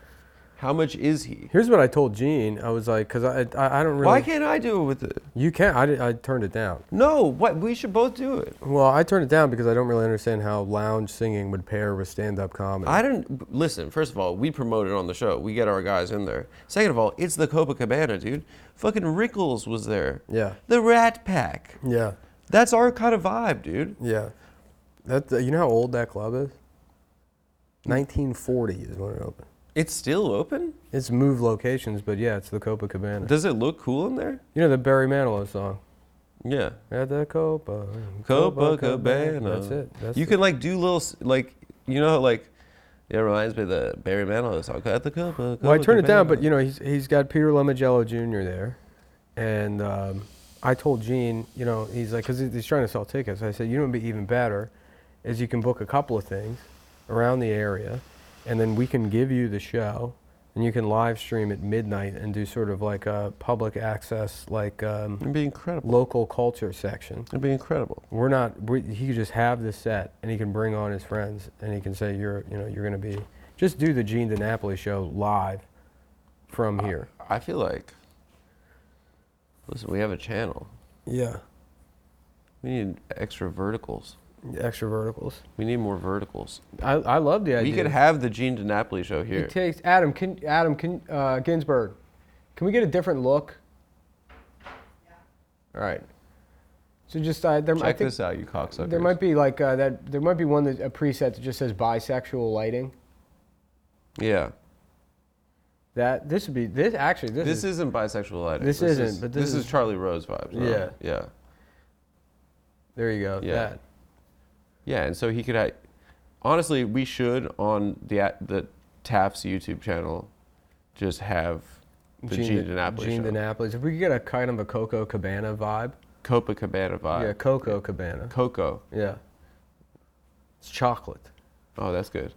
S1: how much is he?
S2: Here's what I told Gene. I was like, because I, I, I don't really.
S1: Why can't I do it with it?
S2: you can't. I, di- I turned it down.
S1: No, what? We should both do it.
S2: Well, I turned it down because I don't really understand how lounge singing would pair with stand-up comedy.
S1: I don't listen. First of all, we promote it on the show. We get our guys in there. Second of all, it's the Copacabana, dude. Fucking Rickles was there.
S2: Yeah.
S1: The Rat Pack.
S2: yeah,
S1: That's our kind of vibe, dude.
S2: yeah. That you know how old that club is? 1940 is when it opened.
S1: It's still open.
S2: It's moved locations, but yeah, it's the Copacabana.
S1: Does it look cool in there?
S2: you know the Barry Manilow song.
S1: Yeah.
S2: At the Copa,
S1: Copacabana.
S2: That's it. That's
S1: you
S2: it.
S1: can like do little s- like you know like it reminds me of the Barry Manilow song at the Copa.
S2: Well, I turned it down, but you know he's he's got Peter Lamangello Jr. there, and um, I told Gene, you know, he's like, because he's trying to sell tickets. I said, you know, what'd be even better, is you can book a couple of things around the area, and then we can give you the show, and you can live stream at midnight and do sort of like a public access, like um,
S1: it'd be incredible.
S2: local culture section.
S1: It'd be incredible.
S2: We're not. We, he could just have the set, and he can bring on his friends, and he can say, "You're, you know, you're going to be." Just do the Gene DiNapoli show live from here.
S1: I feel like listen, we have a channel.
S2: Yeah,
S1: We need extra verticals.
S2: extra verticals.
S1: We need more verticals.
S2: I, I love the idea.
S1: we could have the Gene DiNapoli show
S2: He
S1: here.
S2: takes Adam. Can Adam can uh, Ginsburg? Can we get a different look? All right. So just uh, there, I
S1: Check
S2: think
S1: this out, you cocksuckers.
S2: there might be like uh, that. There might be one that a preset that just says bisexual lighting.
S1: yeah.
S2: That this would be this actually this,
S1: This
S2: is,
S1: isn't bisexual lighting.
S2: This isn't, but this
S1: is,
S2: is-
S1: Charlie Rose vibes. though.
S2: Yeah.
S1: yeah,
S2: there you go.
S1: Yeah.
S2: That.
S1: yeah. And so he could. Ha- Honestly, we should on the a- the Taft's YouTube channel just have the Gene,
S2: Di-
S1: DiNapoli
S2: Gene
S1: show.
S2: DiNapolis. If we could get a kind of a Coco Cabana vibe.
S1: Copacabana vibe.
S2: yeah, Coco Cabana.
S1: Coco.
S2: Yeah. It's chocolate.
S1: Oh, that's good.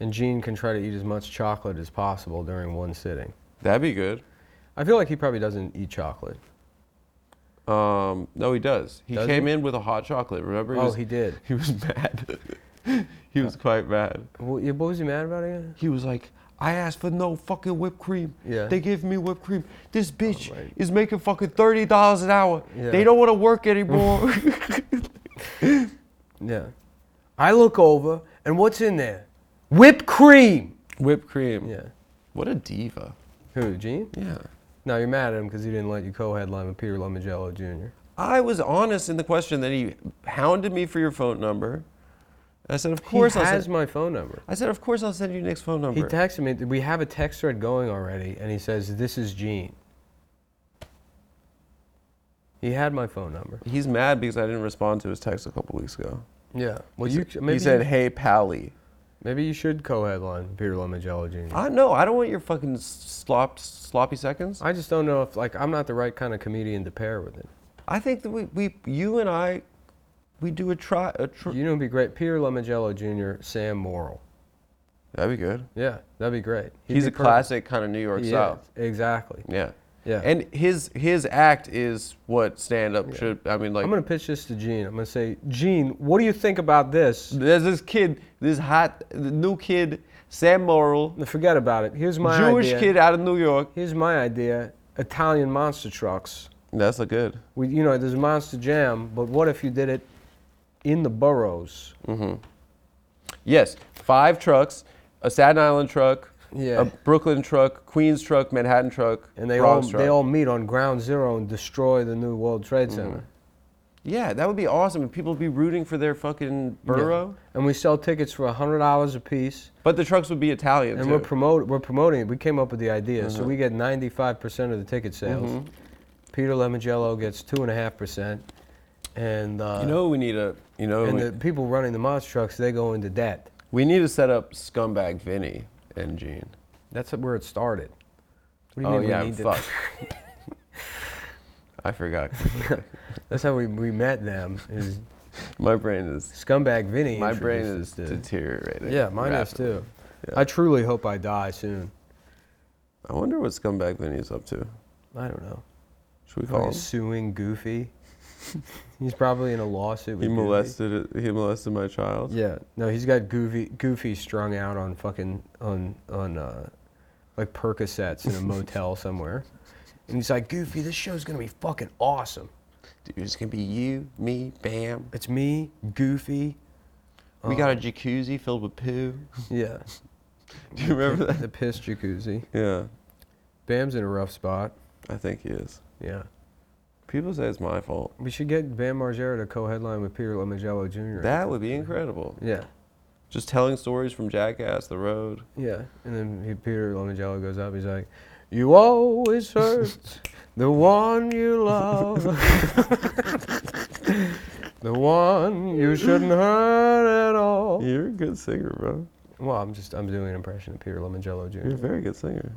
S2: And Gene can try to eat as much chocolate as possible during one sitting.
S1: That'd be good.
S2: I feel like he probably doesn't eat chocolate.
S1: Um, no, he does. He
S2: Does
S1: came
S2: he?
S1: in with a hot chocolate. Remember?
S2: oh,
S1: was,
S2: he did.
S1: he was mad. he was quite mad.
S2: Well, yeah, what was he mad about again?
S1: He was like, I asked for no fucking whipped cream.
S2: Yeah. Oh,
S1: They gave me whipped cream. This bitch
S2: right.
S1: is making fucking thirty dollars an hour.
S2: Yeah.
S1: They don't want to work anymore.
S2: Yeah. I look over, and what's in there? Whipped cream.
S1: whipped cream.
S2: Yeah.
S1: What a diva.
S2: Who, Gene?
S1: Yeah.
S2: No, you're mad at him because he didn't let you co-headline with Peter Lomagello Jr.
S1: I was honest in the question that he hounded me for your phone number. I said, of course
S2: he
S1: I'll
S2: has
S1: send.
S2: my phone number.
S1: I said, of course I'll send you Nick's phone
S2: He
S1: number.
S2: texted me. We have a text thread going already, and he says, "This is Gene." He had my phone number.
S1: He's mad because I didn't respond to his text a couple weeks ago.
S2: Yeah. Well,
S1: He
S2: you
S1: said-
S2: maybe
S1: he said,
S2: you-
S1: "Hey, Pally."
S2: maybe you should co-headline Peter Lomagello Jr.
S1: I no, I don't want your fucking slop, sloppy seconds.
S2: I just don't know if like I'm not the right kind of comedian to pair with it.
S1: I think that we, we you and I, we do a try. A tr-
S2: You know, it'd be great. Peter Lomagello Jr. Sam Morrill.
S1: That'd be good.
S2: Yeah, that'd be great. He'd
S1: He's
S2: be
S1: a
S2: perfect.
S1: classic kind of New York
S2: He
S1: South.
S2: is, Exactly.
S1: Yeah.
S2: Yeah.
S1: And his his act is what stand up should. I mean, like
S2: I'm gonna pitch this to Gene. I'm gonna say, Gene, what do you think about this?
S1: there's this kid, this hot the new kid, Sam Morrill,
S2: Forget about it. Here's my
S1: Jewish
S2: idea.
S1: kid out of New York.
S2: Here's my idea: Italian monster trucks.
S1: That's a good.
S2: We, you know, there's Monster Jam, but what if you did it in the boroughs?
S1: Mm. Yes, five trucks, a Staten Island truck,
S2: Yeah.
S1: a Brooklyn truck, Queens truck, Manhattan truck,
S2: And they
S1: Bronx
S2: all
S1: truck.
S2: they all meet on Ground Zero and destroy the new World Trade
S1: Mm.
S2: Center.
S1: Yeah, that would be awesome. And people would be rooting for their fucking
S2: Yeah.
S1: borough.
S2: And we sell tickets for hundred dollars a piece,
S1: But the trucks would be Italian
S2: and
S1: too.
S2: we're promote we're promoting it. We came up with the idea, so
S1: Uh-huh.
S2: we get ninety five percent of the ticket sales.
S1: Mm-hmm.
S2: Peter Lemagello gets two and a half percent, and uh,
S1: you know, we need a you know
S2: and
S1: we,
S2: the people running the monster trucks they go into debt.
S1: we need to set up scumbag Vinny and Gene.
S2: That's where it started. What do you
S1: Oh
S2: mean we
S1: yeah,
S2: need to-
S1: fuck. I forgot. completely.
S2: That's how we, we met them. Is
S1: My brain is
S2: scumbag Vinny?
S1: my brain is
S2: introduced us to-
S1: deteriorating.
S2: Yeah, mine
S1: rapidly.
S2: is too. I truly hope I die soon.
S1: I wonder what scumbag Vinny is up to.
S2: I don't know.
S1: Should we call
S2: Probably
S1: him?
S2: suing Goofy. he's probably in a lawsuit. With
S1: He
S2: Goofy.
S1: molested he molested my child.
S2: Yeah, no, he's got Goofy Goofy strung out on fucking on on uh, like Percocets in a motel somewhere, and he's like, Goofy, this show's gonna be fucking awesome.
S1: Dude, it's gonna be you, me, Bam.
S2: It's me, Goofy.
S1: we got a jacuzzi filled with poo.
S2: Yeah,
S1: Do you remember that?
S2: the piss jacuzzi.
S1: Yeah,
S2: Bam's in a rough spot.
S1: I think he is.
S2: Yeah.
S1: People say it's my fault.
S2: We should get Bam Margera to co-headline with Peter Lomagello Jr.
S1: That would be incredible.
S2: Yeah,
S1: Just telling stories from Jackass, The Road.
S2: yeah. And then he, Peter Lomagello goes up. He's like, "You always hurt the one you love, the one you shouldn't hurt at all."
S1: You're a good singer, bro.
S2: Well, I'm just I'm doing an impression of Peter Lomagello
S1: You're a
S2: Jr.
S1: very good singer.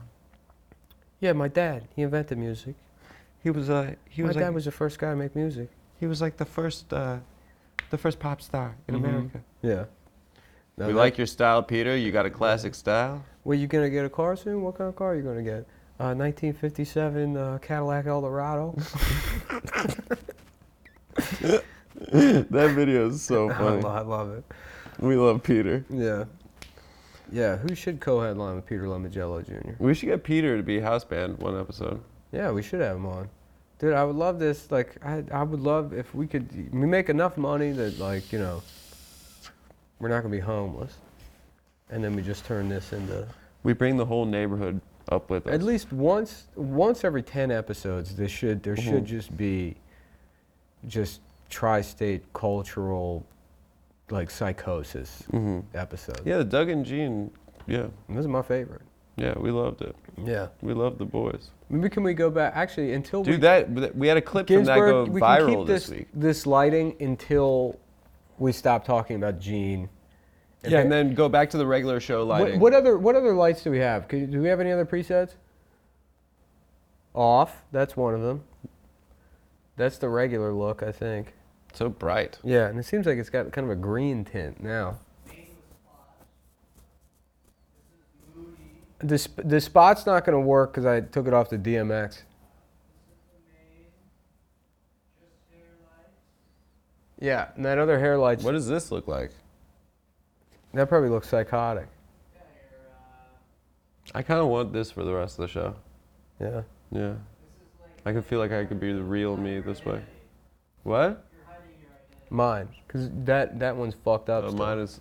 S2: Yeah, my dad. He invented music.
S1: He was uh, he
S2: my dad was the first guy to make music.
S1: he was like the first uh, the first pop star in America.
S2: Mm-hmm. Yeah.
S1: we like your style, Peter. You got a classic style.
S2: Were you gonna get a car soon? What kind of car are you gonna get? Uh, 1957 uh, Cadillac Eldorado.
S1: that video is so
S2: I,
S1: funny.
S2: lo- I love it.
S1: We love Peter.
S2: Yeah, yeah. Who should co-headline with Peter Lomagello Jr.?
S1: We should get Peter to be house band one episode.
S2: Yeah, we should have him on. Dude, I would love this. Like, I, I would love if we could we make enough money that like you know we're not gonna be homeless, and then we just turn this into
S1: We bring the whole neighborhood up with us.
S2: At least once once every ten episodes, there should there
S1: Mm-hmm.
S2: should just be just tri-state cultural like psychosis episodes.
S1: Mm-hmm. Yeah, the Doug and Gene. Yeah,
S2: And This is my favorite.
S1: Yeah, we loved it.
S2: Yeah.
S1: We loved the boys.
S2: Maybe can we go back? Actually, until we
S1: Dude, that we had a clip from that go
S2: Ginsburg, we can
S1: viral
S2: keep this,
S1: this week.
S2: this lighting until we stop talking about Gene.
S1: Yeah, and then go back to the regular show
S2: What,
S1: lighting.
S2: what other what other lights do we have? Could, do we have any other presets? Off. That's one of them. That's the regular look, I think.
S1: so bright.
S2: Yeah, and it seems like it's got kind of a green tint now. The, sp- the spot's not going to work because I took it off the DMX. Yeah, and that other hair light's
S1: What does this look like?
S2: that probably looks psychotic.
S1: I kind of want this for the rest of the show.
S2: Yeah.
S1: Yeah. I could feel like I could be the real me this way. What?
S2: Mine, because that, that one's fucked up.
S1: Oh,
S2: still.
S1: mine is.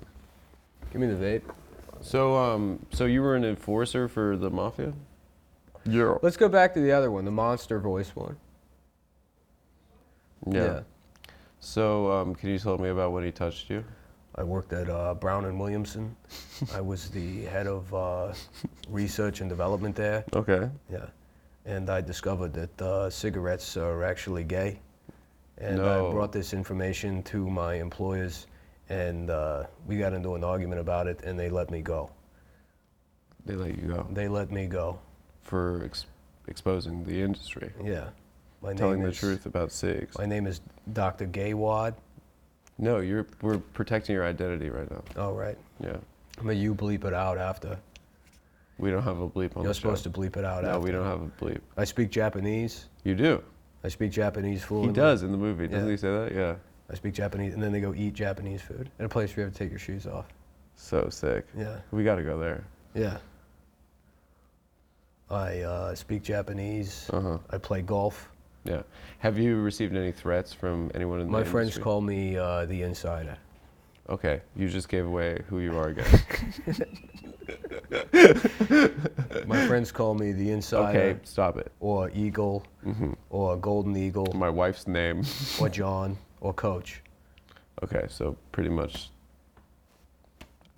S2: Give me the vape.
S1: So, um, so you were an enforcer for the mafia? Yeah.
S2: Let's go back to the other one, the monster voice one.
S1: Yeah. So, um, can you tell me about when he touched you?
S2: I worked at uh, Brown and Williamson. I was the head of uh, research and development there.
S1: Okay.
S2: Yeah, and I discovered that uh, cigarettes are actually gay, and
S1: No.
S2: I brought this information to my employers, and uh, we got into an argument about it, and they let me go.
S1: They let you go
S2: They let me go.
S1: for ex- exposing the industry,
S2: Yeah, my
S1: telling
S2: name
S1: the
S2: is-
S1: truth about SIGs.
S2: My name is Dr. Gaywad.
S1: No, you're we're protecting your identity right now.
S2: All right,
S1: Yeah.
S2: but you bleep it out after.
S1: We don't have a bleep on
S2: You're
S1: the show.
S2: supposed to bleep it out
S1: no,
S2: after.
S1: we don't have a bleep.
S2: I speak Japanese.
S1: You do.
S2: I speak Japanese
S1: He
S2: fluently.
S1: does in the movie. Doesn't
S2: Yeah.
S1: he say that? Yeah.
S2: I speak Japanese, and then they go eat Japanese food at a place where you have to take your shoes off.
S1: So sick.
S2: Yeah,
S1: We got to go there.
S2: yeah. I uh, speak Japanese.
S1: Uh huh.
S2: I play golf.
S1: Yeah. Have you received any threats from anyone in the
S2: My friends
S1: industry?
S2: call me uh, the insider.
S1: Okay, you just gave away who you are again.
S2: My friends call me the insider,
S1: okay, Mm-hmm. stop it.
S2: or eagle, or golden eagle,
S1: My wife's name.
S2: or John, or coach.
S1: Okay, so pretty much,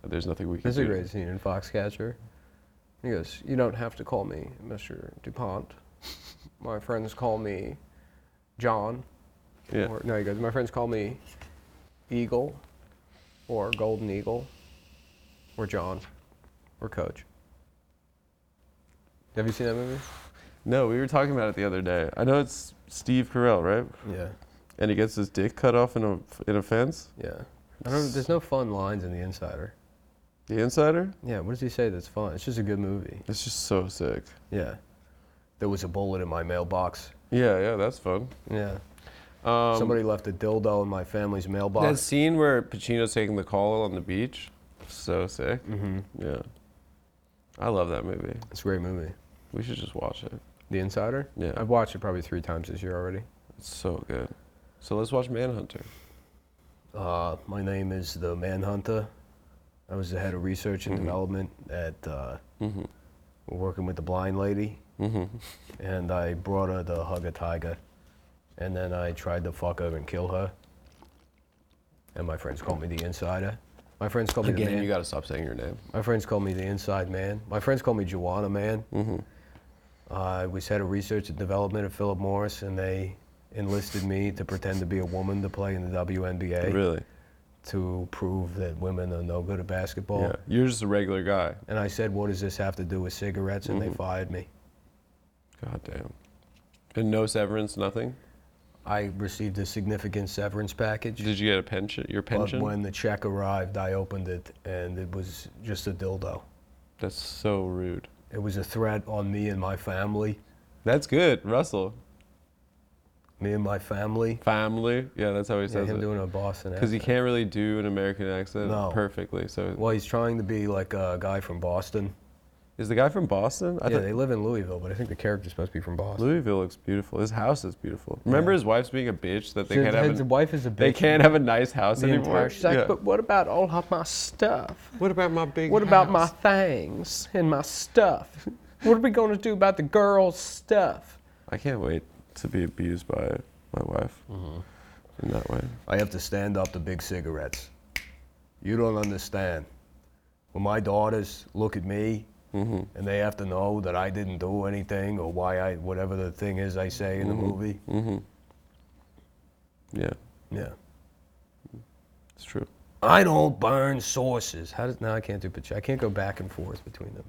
S1: there's nothing we can
S2: This is
S1: do.
S2: a great scene in Foxcatcher. He goes, You don't have to call me Mr. DuPont. My friends call me John.
S1: Yeah.
S2: Or, no, he goes, My friends call me Eagle or Golden Eagle or John or Coach. Have you seen that movie?
S1: No, we were talking about it the other day. I know it's Steve Carell, right?
S2: Yeah.
S1: And he gets his dick cut off in a in a fence.
S2: Yeah. I don't, there's no fun lines in The Insider.
S1: The Insider.
S2: Yeah, what does he say that's fun? It's just a good movie.
S1: It's just so sick.
S2: Yeah. There was a bullet in my mailbox.
S1: Yeah, yeah, that's fun.
S2: Yeah.
S1: Um,
S2: Somebody left a dildo in my family's mailbox.
S1: that scene where Pacino's taking the call on the beach, so sick.
S2: mm-hmm.
S1: Yeah, I love that movie.
S2: It's a great movie.
S1: We should just watch it.
S2: The Insider?
S1: Yeah.
S2: I've watched it probably three times this year already.
S1: It's so good. So let's watch Manhunter.
S2: Uh, my name is the Manhunter. I was the head of research and development at uh,
S1: Mhm.
S2: working with the blind lady,
S1: Mm-hmm.
S2: and I brought her to hug a tiger, and then I tried to fuck her and kill her. And my friends call me the Insider. My friends call me the
S1: Again,
S2: man.
S1: you gotta stop saying your name.
S2: my friends call me the Inside Man. My friends call me Joanna Man.
S1: Mm-hmm.
S2: Uh, I was head of research and development at Philip Morris, and they enlisted me to pretend to be a woman to play in the WNBA
S1: Really?
S2: to prove that women are no good at basketball.
S1: Yeah. You're just a regular guy.
S2: And I said, "What does this have to do with cigarettes?" And they
S1: Mm-hmm.
S2: fired me.
S1: God damn. And no severance, nothing.
S2: I received a significant severance package.
S1: Did you get a pension? Your pension?
S2: But when the check arrived, I opened it, and it was just a dildo.
S1: That's so rude.
S2: It was a threat on me and my family.
S1: That's good, Russell.
S2: Me and my family.
S1: Family. Yeah, that's how he
S2: Yeah,
S1: says
S2: him
S1: it.
S2: doing a Boston
S1: Because he
S2: accent.
S1: can't really do an American accent
S2: No.
S1: perfectly. So
S2: Well, he's trying to be like a guy from Boston.
S1: is the guy from Boston? I
S2: yeah,
S1: thought
S2: they live in Louisville, but I think the character's supposed to be from Boston.
S1: Louisville looks beautiful. His house is beautiful. Remember his wife's being a bitch that they
S2: His-
S1: can't have.
S2: his
S1: A,
S2: wife is a bitch.
S1: they can't have a nice house
S2: the
S1: anymore.
S2: entire- She's like,
S1: Yeah.
S2: but what about all of my stuff?
S1: what about my big?
S2: What about my
S1: house?
S2: things and my stuff? What are we going to do about the girls' stuff?
S1: I can't wait to be abused by my wife
S2: Mm-hmm.
S1: in that way.
S2: I have to stand up to big cigarettes. You don't understand. When my daughters look at me and they have to know that I didn't do anything or why I whatever the thing is I say in the movie.
S1: Yeah,
S2: Yeah.
S1: it's true.
S2: I don't burn sources. How does no? I can't do pitch. I can't go back and forth between them.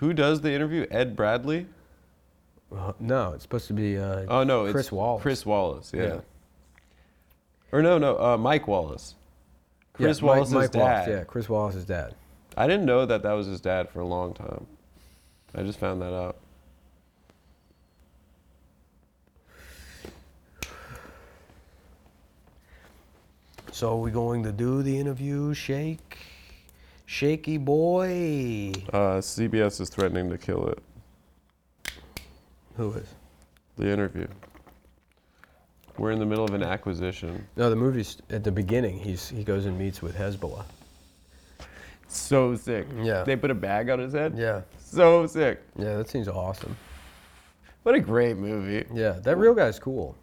S1: Who does the interview? Ed Bradley?
S2: Uh, No, it's supposed to be. Uh,
S1: Oh no, it's
S2: Chris Wallace.
S1: Chris Wallace, yeah.
S2: Yeah.
S1: Or no, no, uh, Mike Wallace.
S2: yeah,
S1: Chris
S2: Mike-
S1: Wallace's
S2: Mike
S1: dad.
S2: Wallace, yeah, Chris Wallace's dad.
S1: I didn't know that that was his dad for a long time. I just found that out.
S2: So are we going to do the interview, Shake, Shaky boy.
S1: Uh, CBS is threatening to kill it.
S2: Who is?
S1: The interview. We're in the middle of an acquisition.
S2: No, the movie's at the beginning. He's he goes and meets with Hezbollah.
S1: So sick.
S2: Yeah.
S1: They put a bag on his head.
S2: Yeah,
S1: So sick.
S2: yeah, that seems awesome.
S1: What a great movie.
S2: Yeah, that real guy's cool.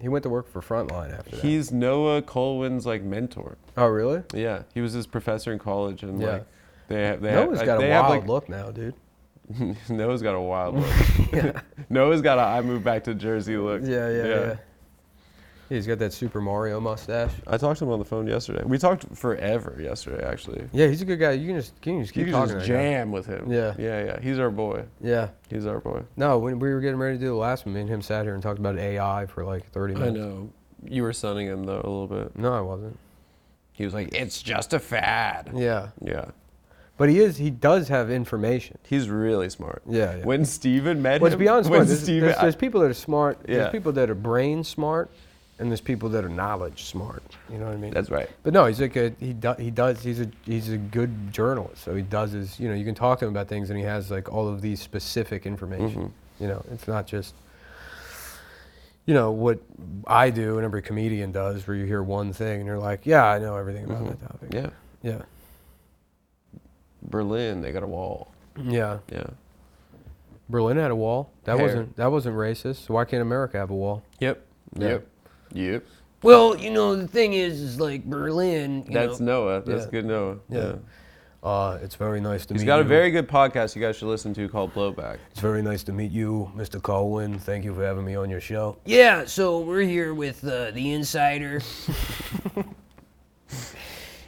S2: He went to work for Frontline after that.
S1: He's Noah Colwyn's like mentor.
S2: oh, really?
S1: Yeah, he was his professor in college, and
S2: Yeah.
S1: like they have they
S2: Noah's
S1: have,
S2: got
S1: they
S2: a
S1: have,
S2: wild
S1: like,
S2: look now, dude.
S1: Noah's got a wild look. Noah's got a I moved back to Jersey look.
S2: Yeah, yeah, yeah. He's got that Super Mario mustache.
S1: I talked to him on the phone yesterday. We talked forever yesterday, actually.
S2: Yeah, he's a good guy. You can just, can you just
S1: You
S2: keep
S1: could
S2: talking.
S1: just
S2: to that guy.
S1: jam with him.
S2: Yeah.
S1: Yeah, yeah. He's our boy.
S2: Yeah.
S1: He's our boy.
S2: No, when we were getting ready to do the last one, me and him sat here and talked about AI for like 30 minutes.
S1: know. You were sunning him though a little bit.
S2: No, I wasn't.
S1: He was like, "It's just a fad."
S2: Yeah.
S1: Yeah.
S2: But he is, he does have information.
S1: He's really smart.
S2: Yeah, yeah.
S1: When Steven met him,
S2: Well, to be honest,
S1: when
S2: there's,
S1: Steven,
S2: there's, there's people that are smart,
S1: Yeah.
S2: there's people that are brain smart, and there's people that are knowledge smart. You know what I mean?
S1: that's right.
S2: But no, he's like a he do, he does he's a he's a good journalist. So he does his you know you can talk to him about things and he has like all of these specific information.
S1: Mm-hmm.
S2: You know, it's not just you know what I do and every comedian does, where you hear one thing and you're like, yeah, I know everything
S1: Mm-hmm.
S2: about that topic.
S1: Yeah.
S2: Yeah,
S1: Berlin, they got a wall.
S2: yeah.
S1: Yeah.
S2: Berlin had a wall. That
S1: Hair.
S2: wasn't that wasn't racist. So why can't America have a wall?
S1: Yep.
S2: Yeah.
S1: Yep. Yep.
S2: Well, you know the thing is, is like Berlin.
S1: That's Noah. That's
S2: Yeah.
S1: good Noah.
S2: Yeah. Uh, it's very nice to
S1: He's
S2: meet
S1: got a
S2: you.
S1: very good podcast you guys should listen to called Blowback.
S2: It's very nice to meet you, Mr. Colwyn. Thank you for having me on your show.
S3: Yeah, so we're here with uh, the insider.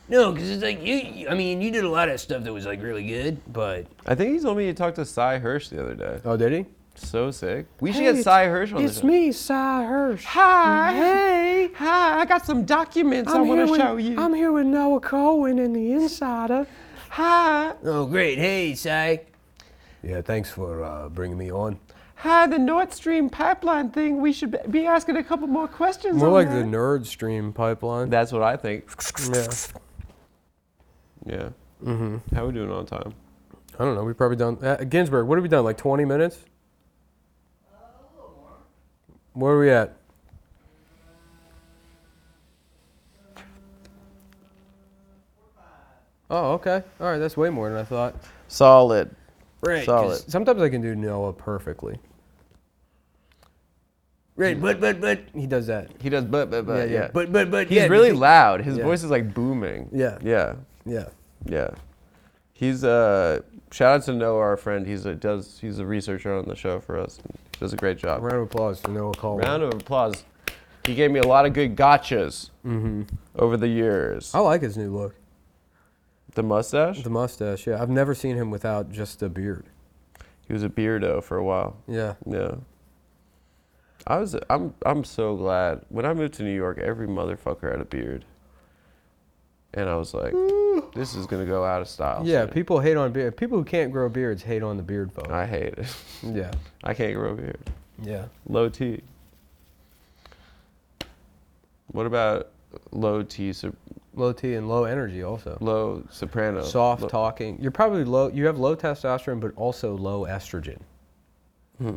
S3: no, because it's like you. you- I mean, you did a lot of stuff that was like really good, but
S1: I think he told me he talked to Cy Hirsch the other day.
S2: Oh, did he?
S1: So sick. We
S2: Hey,
S1: should get
S2: it's-
S1: Cy Hirsch on the
S2: It's
S1: show.
S2: me, Cy Hirsch.
S1: Hi. Hey. Hi. I got some documents
S2: here with, I'm here with Noah Cohen and the Insider.
S1: hi.
S3: oh great! Hey, Cy.
S2: Yeah, thanks for uh, bringing me on.
S1: Hi. The Nord Stream pipeline thing. We should be asking a couple more questions.
S2: More like the Nerd Stream pipeline.
S1: That's what I think.
S2: yeah.
S1: Yeah. Mm-hmm. How we doing on time?
S2: I don't know. We've probably done uh, Ginsburg. What have we done? Like 20 minutes? Where are we at? Oh, okay. All right, that's way more than I thought.
S1: Solid.
S3: Right. 'cause-
S2: Sometimes I can do Noah perfectly.
S3: Right. But but but
S2: He does that.
S1: He does but but but yeah.
S3: but but but
S1: He's
S3: yeah,
S1: really loud. His
S2: yeah.
S1: voice is like booming.
S2: Yeah.
S1: Yeah.
S2: Yeah.
S1: Yeah. He's uh shout out to Noah, our friend. He's a does he's a researcher on the show for us. He does a great job.
S2: A round of applause for Noah Caldwell.
S1: Round of applause. He gave me a lot of good gotchas
S2: Mm-hmm.
S1: over the years.
S2: I like his new look.
S1: The mustache.
S2: The mustache, yeah. I've never seen him without just a beard.
S1: He was a beardo for a while.
S2: Yeah.
S1: Yeah. I was I'm I'm so glad when I moved to New York, every motherfucker had a beard. And I was like, this is gonna go out of style.
S2: Yeah,
S1: soon.
S2: people hate on beard. People who can't grow beards hate on the beard vote.
S1: I hate it.
S2: Yeah.
S1: I can't grow a beard.
S2: Yeah.
S1: Low T. What about low T, sup-
S2: Low T and low energy also.
S1: low soprano?
S2: Soft
S1: Low-
S2: talking. You're probably low. You have low testosterone, but also low estrogen. I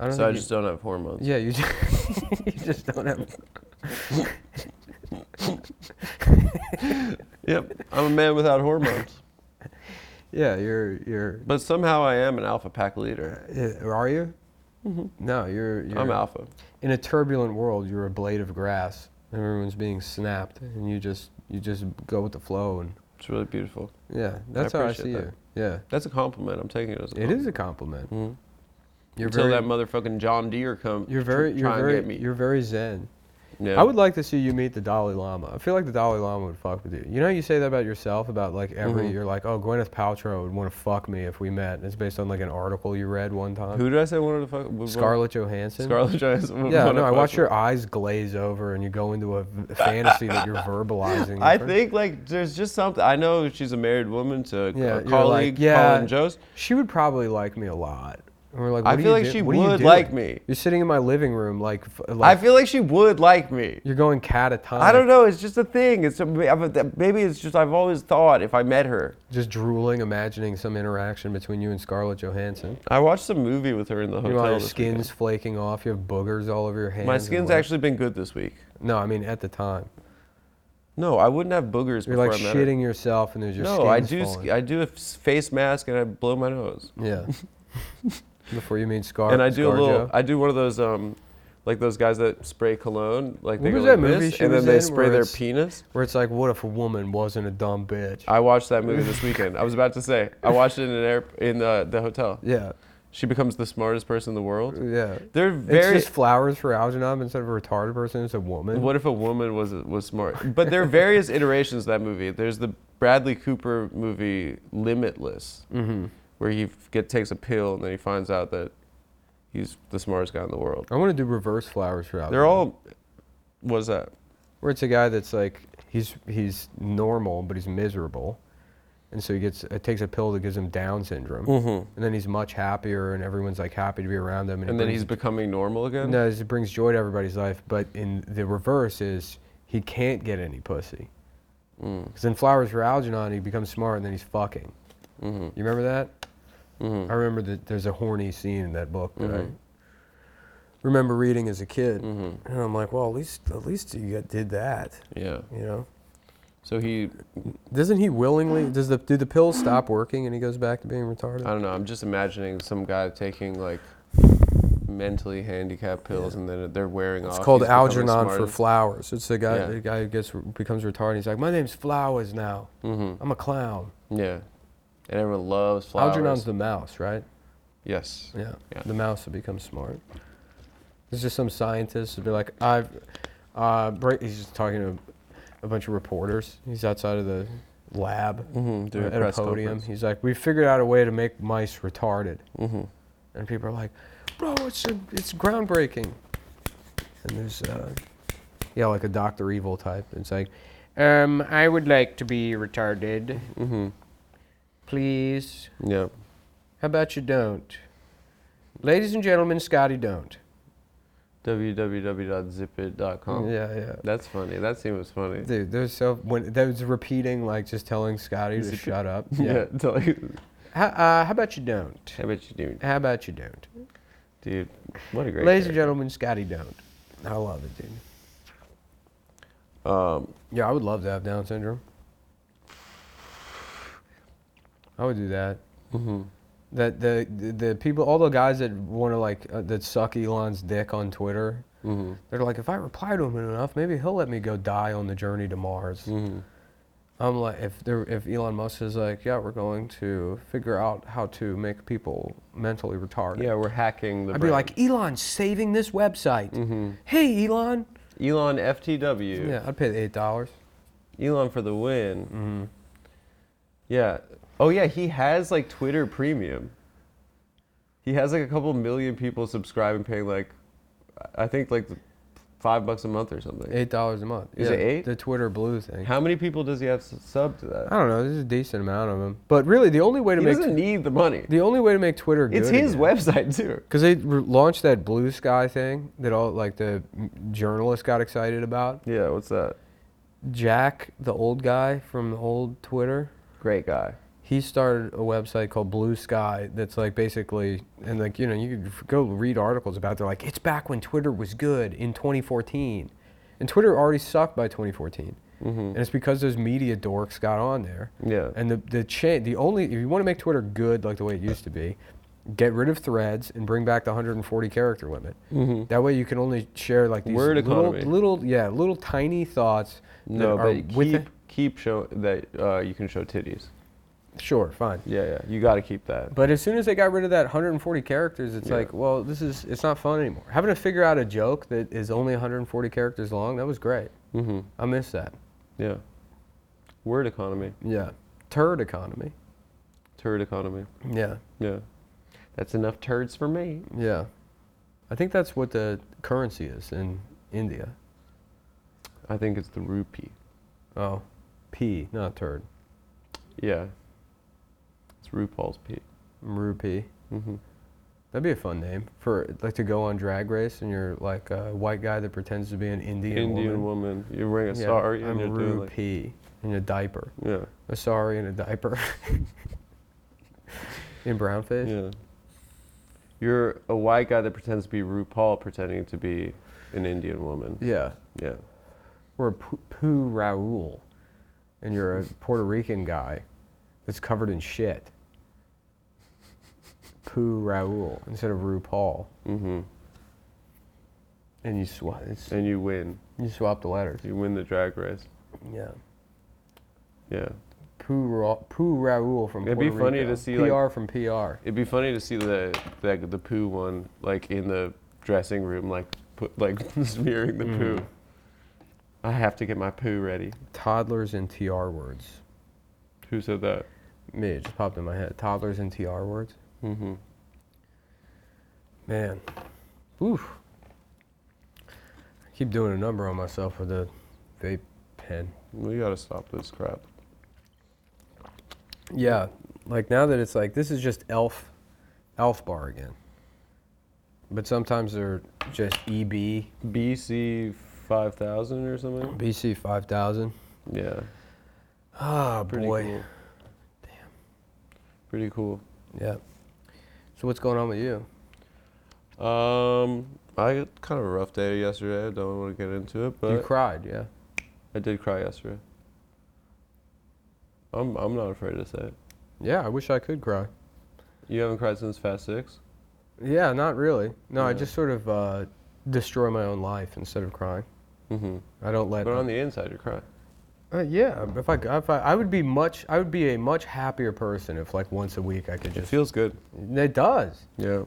S2: don't
S1: So I
S2: think
S1: just don't have hormones.
S2: you, yeah, you Hmm. just, you just don't have.
S1: Yep. I'm a man without hormones.
S2: Yeah, you're you're.
S1: But somehow I am an alpha pack leader.
S2: uh, Are you? No, you're. you're
S1: I'm alpha.
S2: In a turbulent world, you're a blade of grass. and Everyone's being snapped, and you just you just go with the flow and
S1: It's really beautiful.
S2: Yeah, that's how I see
S1: appreciate
S2: you. Yeah,
S1: That's a compliment. I'm taking it as a
S2: it
S1: compliment.
S2: is a compliment.
S1: Mhm.
S2: You're
S1: Until
S2: very,
S1: that motherfucking John Deere comes.
S2: you're very, you're
S1: try and get
S2: very,
S1: me.
S2: you're very zen.
S1: yeah.
S2: I would like to see you meet the Dalai Lama. I feel like the Dalai Lama would fuck with you. You know, how you say that about yourself, about like every,
S1: Mhm.
S2: you're like, oh, Gwyneth Paltrow would want to fuck me if we met. It's based on like an article you read one time.
S1: Who did I say wanted to fuck? would want-
S2: Scarlett Johansson.
S1: Scarlett Johansson. would
S2: Yeah,
S1: wanna
S2: no, I
S1: fuck
S2: watch
S1: with.
S2: your eyes glaze over and you go into a v- fantasy that you're verbalizing. in
S1: I
S2: front-
S1: think like there's just something. I know she's a married woman to a
S2: Yeah, you're like,
S1: colleague,
S2: yeah.
S1: Colin Jost.
S2: she would probably like me a lot. And we're like,
S1: I
S2: what are
S1: feel
S2: you
S1: like
S2: do-
S1: she
S2: what are you
S1: would
S2: doing?
S1: like me.
S2: You're sitting in my living room, like, f-
S1: I
S2: like
S1: feel like she would like me.
S2: you're going catatonic.
S1: I don't know. It's just a thing. It's a, maybe it's just I've always thought if I met her.
S2: Just drooling, imagining some interaction between you and Scarlett Johansson.
S1: I watched a movie with her in the hotel.
S2: Meanwhile, your
S1: this
S2: skin's
S1: weekend.
S2: flaking off. You have boogers all over your hands.
S1: My
S2: and
S1: skin's
S2: legs.
S1: actually been good this week.
S2: No, I mean at the time.
S1: No, I wouldn't have boogers
S2: You're
S1: before
S2: like
S1: I met
S2: shitting yourself, and there's
S1: her.
S2: your
S1: No, I
S2: skin's
S1: do.
S2: falling.
S1: sk- I do a f- face mask and I blow my nose.
S2: yeah. Before you mean Scar.
S1: and I do a
S2: Scar
S1: little.
S2: Joe.
S1: I do one of those um, like those guys that spray cologne. Like they
S2: What
S1: go
S2: was
S1: like
S2: that movie
S1: this,
S2: she
S1: and
S2: was
S1: then they
S2: in
S1: spray
S2: where
S1: their
S2: it's-
S1: penis.
S2: Where it's like, what if a woman wasn't a dumb bitch?
S1: I watched that movie this weekend. I was about to say I watched it in an air in the, the hotel.
S2: yeah,
S1: She becomes the smartest person in the world.
S2: yeah.
S1: They're very.
S2: it's just flowers for Algernon instead of a retarded person. It's a woman.
S1: What if a woman was was smart? But there are various iterations of that movie. There's the Bradley Cooper movie Limitless,
S2: Mm-hmm.
S1: where he f- get takes a pill and then he finds out that he's the smartest guy in the world.
S2: I want to do reverse flowers for Algernon.
S1: They're all. What's that?
S2: Where it's a guy that's like, he's he's normal, but he's miserable, and so he gets it takes a pill that gives him Down syndrome,
S1: Mhm.
S2: and then he's much happier, and everyone's like happy to be around him, and, it
S1: And then
S2: brings-
S1: he's becoming normal again.
S2: No, it brings joy to everybody's life, but in the reverse is he can't get any pussy. Because in Flowers for Algernon, he becomes smart and then he's fucking. You remember that? I remember that there's a horny scene in that book that I remember reading as a kid, and I'm like, well, at least at least you got- did that,
S1: Yeah.
S2: you know.
S1: So he,
S2: Doesn't he willingly? Does the do the pills stop working and he goes back to being retarded?
S1: I don't know. I'm just imagining some guy taking like mentally handicapped pills, and then they're wearing off.
S2: It's called
S1: He's becoming
S2: Algernon for
S1: smarter.
S2: Flowers. It's the guy,
S1: Yeah.
S2: the guy who gets becomes retarded. He's like, my name's Flowers now. I'm a clown.
S1: yeah. And everyone loves Mm-hmm. flowers.
S2: Algernon's the mouse, right?
S1: yes.
S2: Yeah.
S1: Yeah.
S2: The mouse will become smart. There's just some scientist who'd be like, I've, uh, break. He's just talking to a bunch of reporters. He's outside of the lab
S1: Mhm, doing a
S2: at a
S1: press
S2: podium.
S1: conference. Mm-hmm.
S2: He's like, we figured out a way to make mice retarded. And people are like, bro, it's a, it's groundbreaking. And there's, uh, yeah, like a Doctor Evil type. It's like,
S4: Um, I would like to be retarded.
S1: Mm-hmm.
S4: Please.
S1: Yeah.
S2: how about you don't? Ladies and gentlemen, Scotty don't.
S1: www.zipit.com.
S2: Yeah, yeah.
S1: That's funny. That scene was funny.
S2: Dude, there's so when that was repeating like just telling Scotty to shut up. Yeah.
S1: it's like,
S2: How, uh, how about you don't?
S1: I bet you do,
S2: How about you don't?
S1: dude. What a great.
S2: Ladies and
S1: character.
S2: gentlemen, Scotty don't. I love it, dude.
S1: Um,
S2: Yeah, I would love to have Down syndrome. I would do that. Mm-hmm. That the, the the people, all the guys that want to like uh, that suck Elon's dick on Twitter,
S1: Mm-hmm.
S2: they're like, if I reply to him enough, maybe he'll let me go die on the journey to Mars.
S1: Mm-hmm.
S2: I'm like, if there, if Elon Musk is like, yeah, we're going to figure out how to make people mentally retarded.
S1: yeah, we're hacking the. Mm-hmm.
S2: I'd be
S1: brain.
S2: like, Elon's saving this website. Hey, Elon.
S1: Elon FTW.
S2: Yeah, I'd pay the eight dollars.
S1: Elon for the win.
S2: Mm-hmm.
S1: Yeah. Oh yeah, he has like Twitter Premium. He has like a couple million people subscribing, paying like, I think like five bucks a month or something.
S2: Eight dollars a month.
S1: Is it eight?
S2: The Twitter Blue thing.
S1: How many people does he have s- sub to that?
S2: I don't know. There's a decent amount of them. But really, the only way to
S1: He
S2: make
S1: doesn't need the money.
S2: the only way to make Twitter good
S1: It's his
S2: again,
S1: website too.
S2: because they re- launched that Blue Sky thing that all like the journalists got excited about.
S1: Yeah. What's that?
S2: Jack, the old guy from the old Twitter,
S1: Great guy.
S2: he started a website called Blue Sky that's like basically and like you know you could f- go read articles about it. they're like it's back when Twitter was good in 2014, and Twitter already sucked by 2014,
S1: Mm-hmm.
S2: and it's because those media dorks got on there.
S1: Yeah.
S2: And the the cha- the only if you want to make Twitter good like the way it used to be, get rid of threads and bring back the 140 character limit. That way you can only share like these
S1: Mm-hmm. Word
S2: little,
S1: economy.
S2: little yeah little tiny thoughts. that
S1: No,
S2: are
S1: but keep
S2: within-
S1: keep show that uh, you can show titties.
S2: Sure, fine.
S1: Yeah, yeah. You got to keep that.
S2: But as soon as they got rid of that 140 characters, it's
S1: Yeah.
S2: like, well, this is it's not fun anymore. Having to figure out a joke that is only 140 characters long, that was great.
S1: Mm-hmm.
S2: I miss that.
S1: Yeah. Word economy,
S2: Yeah. Turd economy.
S1: turd economy.
S2: Yeah.
S1: Yeah. That's enough turds for me.
S2: Yeah. I think that's what the currency is in India.
S1: I think it's the rupee.
S2: Oh, P, not turd.
S1: Yeah. It's RuPaul's pee.
S2: Rupee.
S1: Mm-hmm.
S2: That'd be a fun name for like to go on drag race and you're like a white guy that pretends to be an Indian,
S1: Indian
S2: woman.
S1: woman. You're wearing a sari
S2: I'm
S1: and you're doing like,
S2: rupee in a diaper.
S1: yeah,
S2: A sari and a diaper. in brown face.
S1: yeah. You're a white guy that pretends to be RuPaul, pretending to be an Indian woman.
S2: Yeah.
S1: Yeah.
S2: Or a Pu Poo Raul, and you're a Puerto Rican guy that's covered in shit. Poo Raul instead of RuPaul,
S1: Mm-hmm.
S2: and you swap it's,
S1: And you win.
S2: you swap the letters.
S1: You win the drag race.
S2: Yeah.
S1: Yeah.
S2: Poo Ra- Poo Raul from
S1: It'd be
S2: Puerto
S1: funny
S2: Rico.
S1: to see,
S2: PR
S1: like-
S2: from PR.
S1: It'd be funny to see the the, the poo one like in the dressing room, like put like smearing the poo. I have to get my poo ready.
S2: Toddlers and TR words.
S1: Who said that?
S2: Me, it just popped in my head. Toddlers and TR words.
S1: Mm-hmm.
S2: Man. Oof. I keep doing a number on myself with a vape pen.
S1: We gotta stop this crap.
S2: Yeah. Like now that it's like this is just elf elf bar again. But sometimes they're just E EB,
S1: BC five thousand or something.
S2: BC 5000.
S1: Yeah.
S2: Ah,
S1: Pretty
S2: boy.
S1: cool. Damn. Pretty cool.
S2: Yeah. So what's going on with you?
S1: Um, I had kind of a rough day yesterday. I don't want to get into it,
S2: you
S1: but
S2: cried, yeah.
S1: I did cry yesterday. I'm I'm not afraid to say it.
S2: Yeah, I wish I could cry.
S1: You haven't cried since Fast Six.
S2: Yeah, not really. No, I
S1: Yeah.
S2: just sort of uh, destroy my own life instead of crying.
S1: Mm-hmm.
S2: I don't let
S1: But on the inside, you're crying.
S2: Uh, yeah, if I, if I, I would be much, I would be a much happier person if like once a week I could
S1: It
S2: just.
S1: feels good.
S2: it does.
S1: Yeah.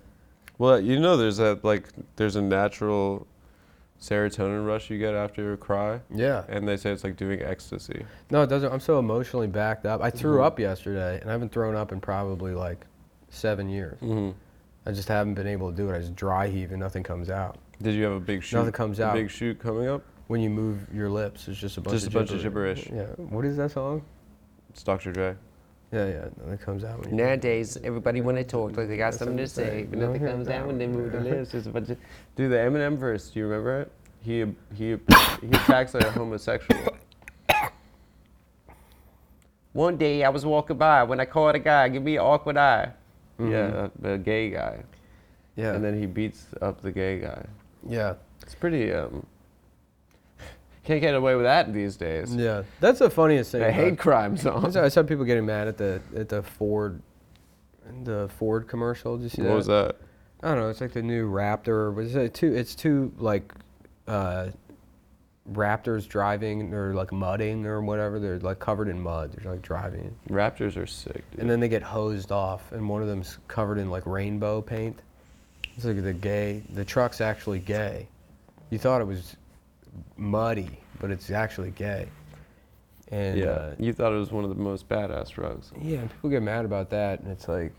S1: Well, you know, there's that like there's a natural serotonin rush you get after a cry,
S2: Yeah.
S1: and they say it's like doing ecstasy.
S2: No, it doesn't. I'm so emotionally backed up. I
S1: Mm-hmm.
S2: threw up yesterday, and I haven't thrown up in probably like seven years.
S1: Mm-hmm.
S2: I just haven't been able to do it. I just dry heave and nothing comes out.
S1: Did you have a big shoot?
S2: Nothing comes
S1: a
S2: out.
S1: Big shoot coming up.
S2: When you move your lips, it's just a bunch
S1: Just
S2: of
S1: a bunch of
S2: Yeah. What is that song?
S1: It's Dr. Dre.
S2: Yeah, yeah. Nothing comes out when you.
S5: Nowadays, everybody want to talk like they got something to say, but nothing comes out when they move their lips. It's a bunch of
S1: Dude, the Eminem verse. Do you remember it? He he he attacks like a homosexual.
S5: One day I was walking by when I caught a guy, give me an awkward eye.
S1: Yeah, a, a gay guy,
S2: Mm-hmm. Yeah.
S1: and then he beats up the gay guy.
S2: yeah.
S1: It's pretty. Um, can't get away with that these days.
S2: Yeah. That's the funniest thing.
S1: A
S2: about-
S1: hate crime
S2: I
S1: song.
S2: saw, I saw people getting mad at the at the Ford the Ford commercial. Did you see
S1: What was that?
S2: I don't know. It's like the new Raptor. But it's uh, two. It's two like uh, Raptors driving or like mudding or whatever. They're like covered in mud. They're like driving,
S1: Raptors are sick, dude.
S2: and then they get hosed off, and one of them's covered in like rainbow paint. It's like the gay. The truck's actually gay. You thought it was muddy, but it's actually gay. And
S1: yeah,
S2: uh,
S1: you thought it was one of the most badass drugs.
S2: yeah, and people get mad about that, and it's like,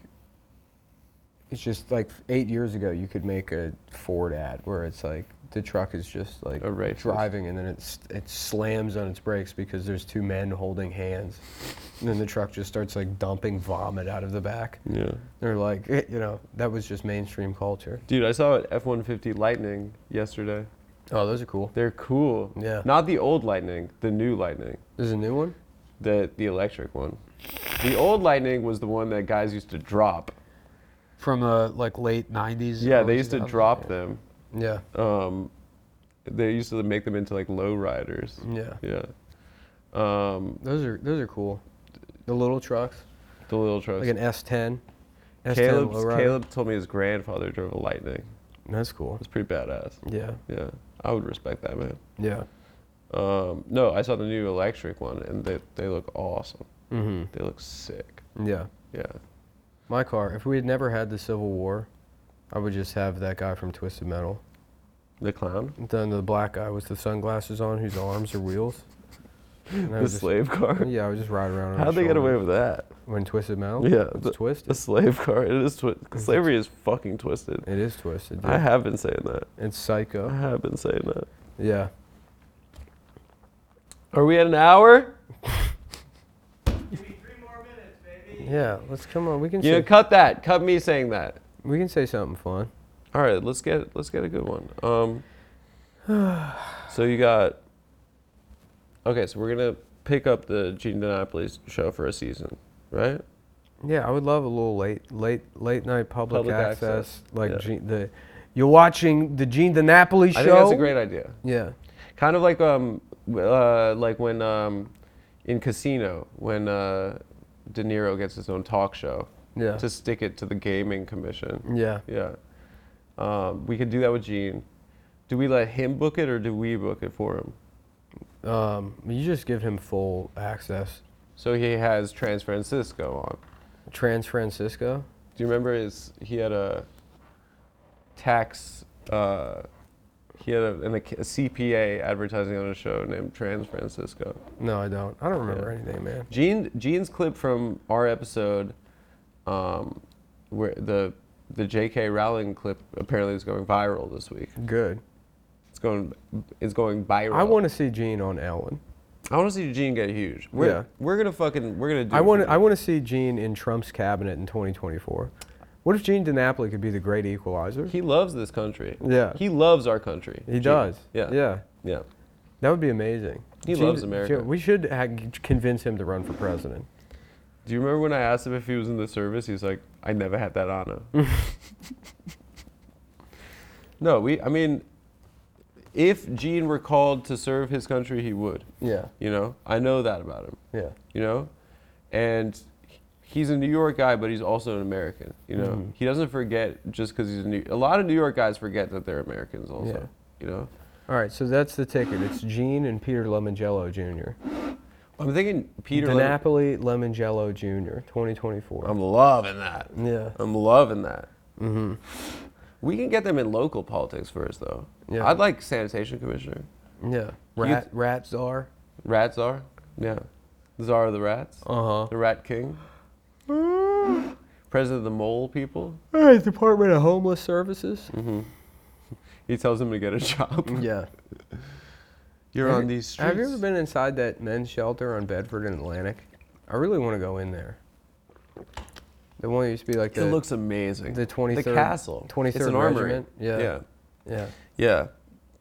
S2: it's just like eight years ago, you could make a Ford ad where it's like the truck is just like
S1: A racist.
S2: driving, and then it's it slams on its brakes because there's two men holding hands, and then the truck just starts like dumping vomit out of the back.
S1: Yeah,
S2: They're like, eh, you know, that was just mainstream culture.
S1: dude, I saw an F-150 Lightning yesterday.
S2: Oh, those are cool.
S1: They're cool.
S2: Yeah.
S1: Not the old Lightning, the new Lightning,
S2: There's a new one.
S1: the the electric one. The old Lightning was the one that guys used to drop.
S2: From the like late Oh. '90s.
S1: Yeah, they used to drop them.
S2: Yeah,
S1: Um, they used to make them into like low riders.
S2: yeah.
S1: Yeah. Um,
S2: Those are those are cool. The little trucks,
S1: the little trucks.
S2: like an S10. S10
S1: Caleb,
S2: lowrider.
S1: Caleb told me his grandfather drove a Lightning.
S2: That's cool.
S1: It's pretty badass.
S2: Yeah.
S1: Yeah, I would respect that man.
S2: Yeah.
S1: Um, no, I saw the new electric one, and they they look awesome. Mm-hmm. They look sick.
S2: Yeah.
S1: Yeah.
S2: My car, if we had never had the Civil War, I would just have that guy from Twisted Metal.
S1: The clown,
S2: Then the black guy with the sunglasses on whose arms are wheels. And I
S1: the
S2: would just-
S1: slave car.
S2: Yeah, I would just ride around. on his
S1: How'd they get away
S2: shoulder.
S1: with that?
S2: When Twisted Metal?
S1: Yeah,
S2: It's
S1: the-
S2: twisted.
S1: The slave car. It is twi- slavery is fucking twisted.
S2: It is twisted.
S1: I
S2: dude.
S1: have been saying that.
S2: it's
S1: I
S2: psycho.
S1: have been saying that.
S2: Yeah.
S1: Are we at an hour?
S2: Yeah. Let's come on. We can
S1: You know,
S2: say,
S1: cut that. Cut me saying that.
S2: we can say something fun.
S1: All right, let's get let's get a good one. Um, so you got. Okay, so we're gonna pick up the Gene Dinopolis show for a season, right?
S2: Yeah, I would love a little late, late, late night public,
S1: Public
S2: access,
S1: access,
S2: like
S1: yeah.
S2: Gene, the. You're watching the Gene DiNapoli show.
S1: I think that's a great idea.
S2: Yeah.
S1: Kind of like um, w- uh, like when um, in Casino when uh, De Niro gets his own talk show.
S2: Yeah. Mm.
S1: To stick it to the gaming commission.
S2: Yeah.
S1: Yeah. Um, we could do that with Gene. Do we let him book it or do we book it for him?
S2: Um, you just give him full access.
S1: So he has Trans Francisco on.
S2: Trans Francisco.
S1: Do you remember his? He had a tax. Uh, he had a, an, a CPA advertising on a show named Trans Francisco.
S2: No, I don't. I don't remember anything, man.
S1: Gene Gene's clip from our episode, um, where the the J.K. Rowling clip apparently is going viral this week.
S2: Good.
S1: It's going it's going viral.
S2: I want to see Gene on Ellen.
S1: I want to see Gene get huge. We're
S2: Yeah.
S1: we're gonna fucking we're gonna do.
S2: I
S1: it for
S2: want.
S1: Gene.
S2: I want to see Gene in Trump's cabinet in 2024. What if Gene DiNapoli could be the great equalizer?
S1: He loves this country.
S2: Yeah.
S1: He loves our country.
S2: He
S1: Gene.
S2: does.
S1: Yeah.
S2: Yeah.
S1: Yeah.
S2: That would be amazing.
S1: He loves America.
S2: We should ha- convince him to run for president.
S1: Do you remember when I asked him if he was in the service? He was like, I never had that honor. no, we, I mean, if Gene were called to serve his country, he would.
S2: Yeah.
S1: You know, I know that about him,
S2: Yeah.
S1: you know? And he's a New York guy, but he's also an American, you know?
S2: Mm-hmm.
S1: He doesn't forget just because he's a New A lot of New York guys forget that they're Americans also,
S2: Yeah.
S1: you know?
S2: All right. So that's the ticket. It's Gene and Peter Lemangello Jr.
S1: I'm thinking Peter. Um, Lem-
S2: DiNapoli Lemangello Jr. 2024.
S1: I'm loving that.
S2: yeah.
S1: I'm loving that. Mm-hmm. We can get them in local politics first, though.
S2: Yeah.
S1: I'd like sanitation commissioner.
S2: Yeah. Rat, rat czar.
S1: Rat czar. Yeah. Czar of the rats.
S2: Uh
S1: The rat king. President of the mole people.
S2: All right, Department of Homeless Services.
S1: Mm-hmm. He tells him to get a job.
S2: Yeah.
S1: You're
S2: Have
S1: on
S2: you-
S1: these streets.
S2: Have you ever been inside that men's shelter on Bedford and Atlantic? I really want to go in there. The one that used to be like
S1: It
S2: the
S1: looks amazing.
S2: the 23rd
S1: The castle.
S2: Twenty third
S1: It's an armory.
S2: regiment. Yeah.
S1: Yeah.
S2: Yeah.
S1: Yeah.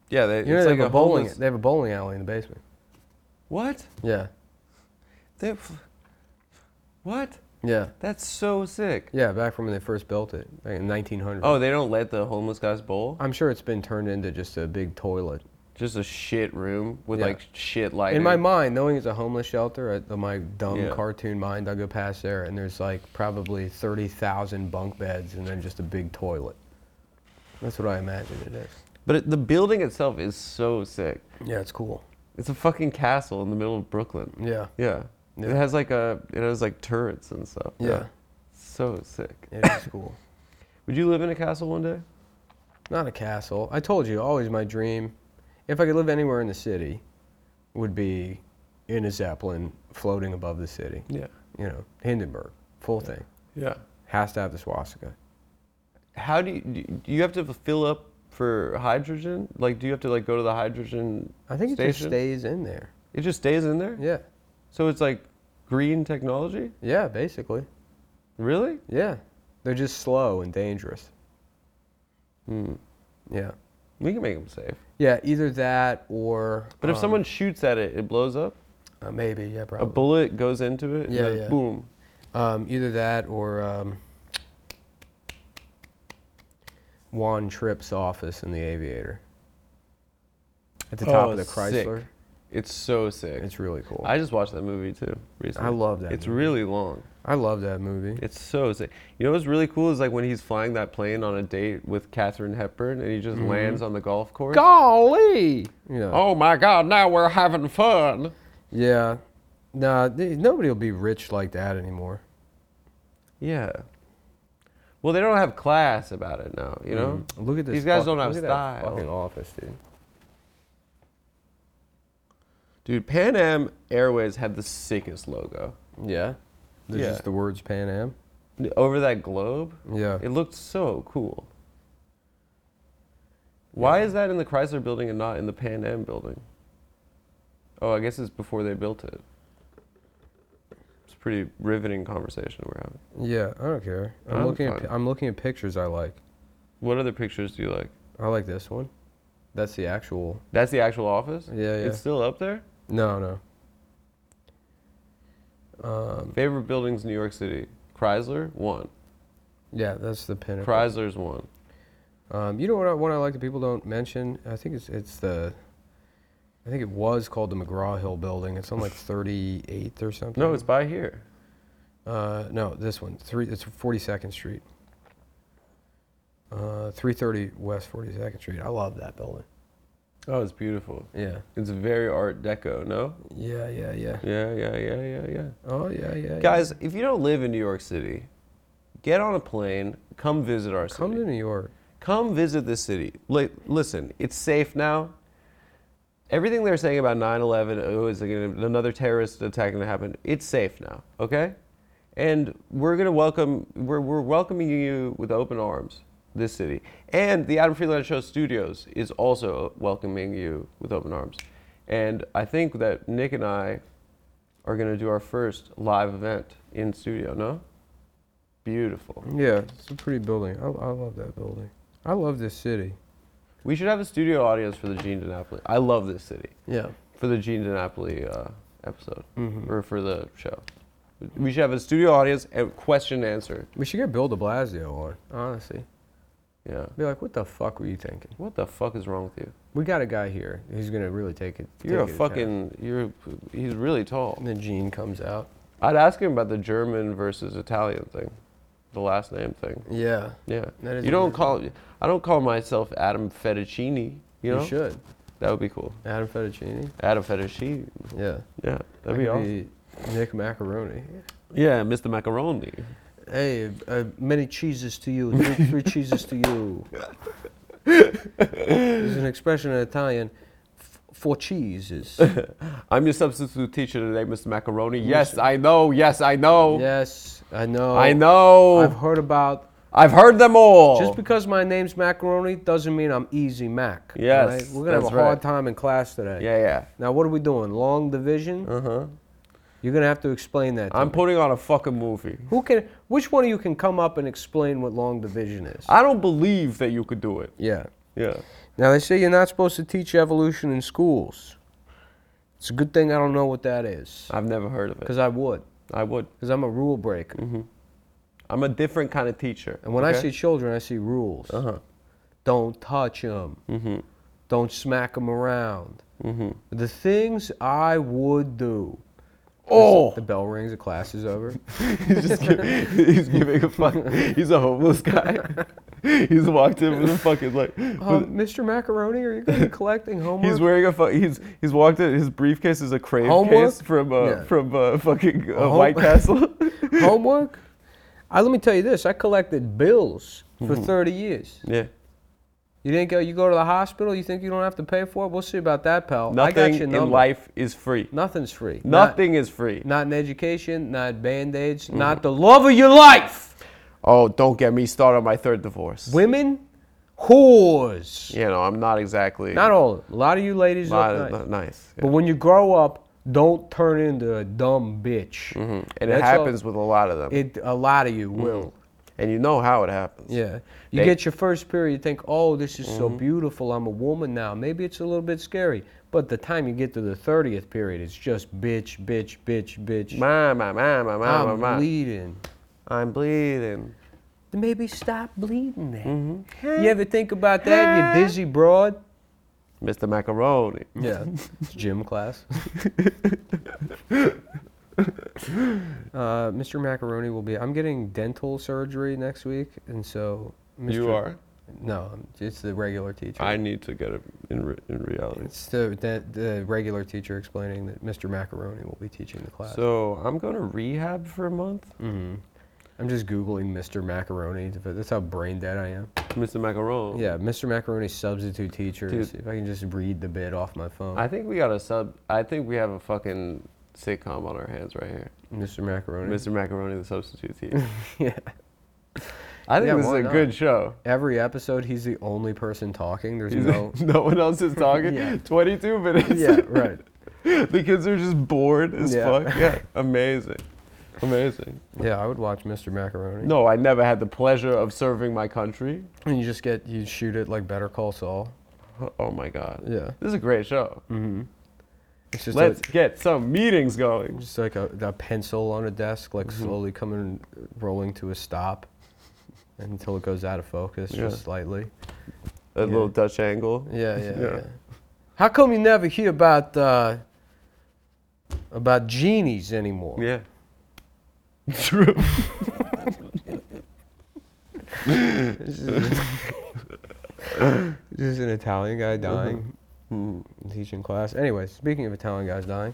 S1: Yeah. They,
S2: You know
S1: it's
S2: they
S1: like
S2: have
S1: a,
S2: a bowling.
S1: homeless-
S2: They have a bowling alley in the basement.
S1: What?
S2: Yeah.
S1: They, f- what?
S2: Yeah.
S1: That's so sick.
S2: Yeah. Back from when they first built it, like in 1900.
S1: Oh, they don't let the homeless guys bowl?
S2: I'm sure it's been turned into just a big toilet.
S1: Just a shit room with
S2: Yeah.
S1: like shit lighting.
S2: In my mind, knowing it's a homeless shelter, I- uh, my dumb
S1: Yeah.
S2: cartoon mind, I'll go past there and there's like probably 30,000 bunk beds and then just a big toilet. That's what I imagine it is.
S1: But it, the building itself is so sick.
S2: Yeah, it's cool.
S1: It's a fucking castle in the middle of Brooklyn.
S2: Yeah.
S1: Yeah. It
S2: Yeah.
S1: has like a it has like turrets and stuff.
S2: Yeah.
S1: So sick.
S2: It is cool.
S1: Would you live in a castle one day?
S2: Not a castle. I told you, always my dream, if I could live anywhere in the city, would be in a Zeppelin floating above the city.
S1: Yeah.
S2: You know, Hindenburg, full thing.
S1: Yeah.
S2: Has to have the swastika.
S1: How do you do you have to fill up for hydrogen? Like do you have to like go to the hydrogen
S2: I think it just
S1: station?
S2: stays in there.
S1: It just stays in there?
S2: Yeah.
S1: So it's like green technology?
S2: Yeah, basically.
S1: Really?
S2: Yeah. They're just slow and dangerous. Hmm. Yeah.
S1: We can make them safe.
S2: Yeah, either that or.
S1: But if
S2: um,
S1: someone shoots at it, it blows up.
S2: uh, maybe, yeah,
S1: A
S2: probably.
S1: bullet goes into it. and
S2: Yeah,
S1: then
S2: yeah.
S1: Boom.
S2: um, either that or um, Juan Tripp's office in the Aviator. At the top
S1: Oh,
S2: of the
S1: sick.
S2: Chrysler.
S1: It's so sick.
S2: It's really cool. I,
S1: I just watched that movie too recently.
S2: I love that
S1: It's
S2: movie.
S1: really long.
S2: love that movie.
S1: It's so sick. You know what's really cool is like when he's flying that plane on a date with Katherine Hepburn and he just
S2: Mm-hmm.
S1: lands on the golf course.
S4: Golly!
S2: Yeah.
S1: Oh my God! Now we're having fun.
S2: Yeah. Nah, th- nobody will be rich like that anymore.
S1: Yeah. Well, they don't have class about it now. You know.
S2: Mm. Look at this.
S1: These guys
S2: fucking-
S1: don't have
S2: look at that
S1: style.
S2: fucking office, dude.
S1: Dude, Pan Am Airways had the sickest logo
S2: Yeah. There's
S1: Yeah.
S2: just the words Pan Am.
S1: over that globe.
S2: Yeah.
S1: It looked so cool. Why is that in the Chrysler building and not in the Pan Am building? Oh, I guess it's before they built it. It's a pretty riveting conversation we're having.
S2: yeah. I don't care. I'm,
S1: I'm
S2: looking. At,
S1: fine.
S2: pi- I'm looking at pictures I like.
S1: What other pictures do you like?
S2: I like this one. That's the actual.
S1: That's the actual office?
S2: Yeah, yeah.
S1: It's still up there?
S2: No, no. Um,
S1: Favorite buildings in New York City? Chrysler, one.
S2: Yeah, that's the pinnacle.
S1: Chrysler's one.
S2: Um, you know what? I, one I like that people don't mention. I think it's it's the. I think it was called the McGraw Hill Building. It's on like 38th or something.
S1: No, it's by here.
S2: Uh, no, this one. Three. It's 42nd Street. Uh, 330 West 42nd Street. I love that building.
S1: Oh, it's beautiful.
S2: Yeah.
S1: It's very Art Deco, no?
S2: Yeah. Yeah. Yeah.
S1: Yeah, yeah, yeah, yeah, yeah.
S2: Oh yeah. Yeah. yeah.
S1: Guys, if you don't live in New York City, get on a plane, come visit our
S2: come
S1: city.
S2: to New York.
S1: come visit the city. Like, listen, it's safe now. Everything they're saying about 9/11, oh, is it gonna, another terrorist attack going to happen? It's safe now, okay? And we're going to welcome, we're, we're welcoming you with open arms, this city. And the Adam Freeland Show Studios is also welcoming you with open arms. And I think that Nick and I are going to do our first live event in studio, no? Beautiful.
S2: Yeah, it's a pretty building. I, I love that building. I love this city.
S1: We should have a studio audience for the Gene DiNapoli. I love this city.
S2: Yeah.
S1: For the Gene DiNapoli uh, episode,
S2: Mm-hmm.
S1: or for the show. We should have a studio audience and question and answer.
S2: We should get Bill de Blasio on, honestly.
S1: Yeah.
S2: Be like, what the fuck were you thinking?
S1: What the fuck is wrong with you?
S2: We got a guy here who's gonna really take it.
S1: You're a
S2: take it to town."
S1: fucking. You're. He's really tall.
S2: And then Gene comes out.
S1: I'd ask him about the German versus Italian thing, the last name thing.
S2: Yeah.
S1: Yeah.
S2: That is
S1: you
S2: a
S1: don't
S2: weird
S1: call. I don't call myself Adam Fettuccini. You
S2: You,
S1: know.
S2: should.
S1: That would be cool.
S2: Adam Fettuccini.
S1: Adam Fettuccini.
S2: Yeah.
S1: Yeah.
S2: That
S1: That'd be
S2: could
S1: awesome.
S2: be Nick Macaroni.
S1: Yeah, Mr. Macaroni.
S2: Hey, uh, many cheeses to you. Three, three cheeses to you. There's an expression in Italian. f- Four cheeses.
S1: I'm your substitute teacher today, Mr. Macaroni. Yes, I know. Yes, I know.
S2: yes, I know.
S1: I know.
S2: Oh,
S1: Oh.
S2: I've
S1: I've,
S2: heard about
S1: heard them all.
S2: Just because my name's macaroni doesn't mean I'm easy mac. all
S1: Yes,
S2: right? We're gonna have
S1: that's
S2: a hard
S1: right.
S2: time in class today.
S1: yeah, yeah.
S2: Now what are we doing? Long division?
S1: Uh huh.
S2: You're gonna have to explain that to
S1: I'm
S2: me.
S1: putting on a fucking movie.
S2: Who can which one of you can come up and explain what long division is?
S1: I don't believe that you could do it.
S2: yeah.
S1: Yeah.
S2: Now they say you're not supposed to teach evolution in schools. It's a good thing I don't know what that is.
S1: I've never heard of it.
S2: Because I would.
S1: I would.
S2: Because I'm a rule breaker.
S1: I'm a different kind of teacher.
S2: And when I
S1: Mm-hmm. okay?
S2: see children, I see rules.
S1: Uh-huh.
S2: Don't touch them. Mm-hmm. Don't smack them around. Mm-hmm. The things I would do.
S1: Oh!
S2: The bell rings, the class is over.
S1: he's just giving, he's giving a fuck. He's a homeless guy. he's walked in with a fucking like.
S2: um, Mr. Macaroni, are you going to be collecting homework?
S1: He's wearing a fu- he's he's walked in his briefcase is a crave
S2: Homework?
S1: case from uh,
S2: Yeah.
S1: from uh, fucking uh,
S2: home-
S1: White Castle.
S2: homework? I, let me tell you this I collected bills
S1: Mm-hmm.
S2: for 30 years.
S1: yeah.
S2: You didn't go, you go to the hospital, you think you don't have to pay for it? We'll see about that, pal. I got
S1: Nothing
S2: your
S1: in
S2: number.
S1: life is free.
S2: Nothing's free. Not-
S1: Nothing Mm-hmm. is free.
S2: Not in education, not band aids, not the love of your life.
S1: Oh, don't get me started on my third divorce.
S2: Women, whores.
S1: you know, I'm not exactly
S2: Not all. A lot of you ladies
S1: not,
S2: look nice.
S1: not nice. yeah.
S2: But when you grow up, don't turn into a dumb bitch.
S1: And it
S2: That's all-
S1: happens with a lot of them.
S2: It a lot of you
S1: Mm-hmm.
S2: will.
S1: and you know how it happens.
S2: Yeah. You
S1: They- Mm-hmm.
S2: get your first period, you think, oh, this is so beautiful. I'm a woman now. Maybe it's a little bit scary. But the time you get to the 30th period, it's just bitch, bitch, bitch, bitch.
S1: My, my, my, my, my,
S2: I'm
S1: my, my.
S2: bleeding.
S1: I'm bleeding.
S2: Then
S5: Mm-hmm.
S2: Maybe stop bleeding then. You ever think about that, you dizzy broad?
S1: Mr. Macaroni.
S2: Yeah. It's gym class. uh, Mr. Macaroni will be. I'm getting dental surgery next week, and so. Mr.
S1: You are.
S2: No, I'm- it's the regular teacher.
S1: I need to get it in, re- in reality.
S2: It's the, the the regular teacher explaining that Mr. Macaroni will be teaching the class.
S1: So I'm going to rehab for a month.
S2: Mhm. I'm just googling Mr. Macaroni. to- That's how brain dead I am.
S1: Mr. Macaroni.
S2: Yeah, Mr. Macaroni substitute teacher.
S1: Dude.
S2: See if I can just read the bit off my phone.
S1: I think we got a sub. I think we have a fucking sitcom on our hands right here.
S2: Mr. Macaroni.
S1: Mr. Macaroni, the substitute teacher.
S2: yeah.
S1: I think
S2: Yeah,
S1: this is
S2: why
S1: a
S2: not?
S1: good show.
S2: Every episode, he's the only person talking. There's
S1: No.
S2: no.
S1: one else is talking.
S2: Yeah.
S1: 22 minutes.
S2: yeah, right.
S1: the kids are just bored as
S2: Yeah.
S1: fuck. Yeah. Amazing. Amazing.
S2: Yeah, I would watch Mr. Macaroni.
S1: No, I never had the pleasure of serving my country.
S2: And you just get you shoot it like Better Call Saul.
S1: Oh my god.
S2: Yeah.
S1: This is a great show.
S2: It's just
S1: Mm-hmm. Let's
S2: a,
S1: get some meetings going.
S2: just like a, a pencil on a desk, like
S1: Mm-hmm.
S2: slowly coming, rolling to a stop, until it goes out of focus
S1: Yeah.
S2: just slightly.
S1: A little Dutch angle.
S2: Yeah, yeah,
S1: Yeah.
S2: yeah. How come you never hear about uh, about genies anymore?
S1: Yeah. True.
S2: This is an Italian
S1: Mm-hmm.
S2: guy dying, Mm, teaching class. Anyway, speaking of Italian guys dying,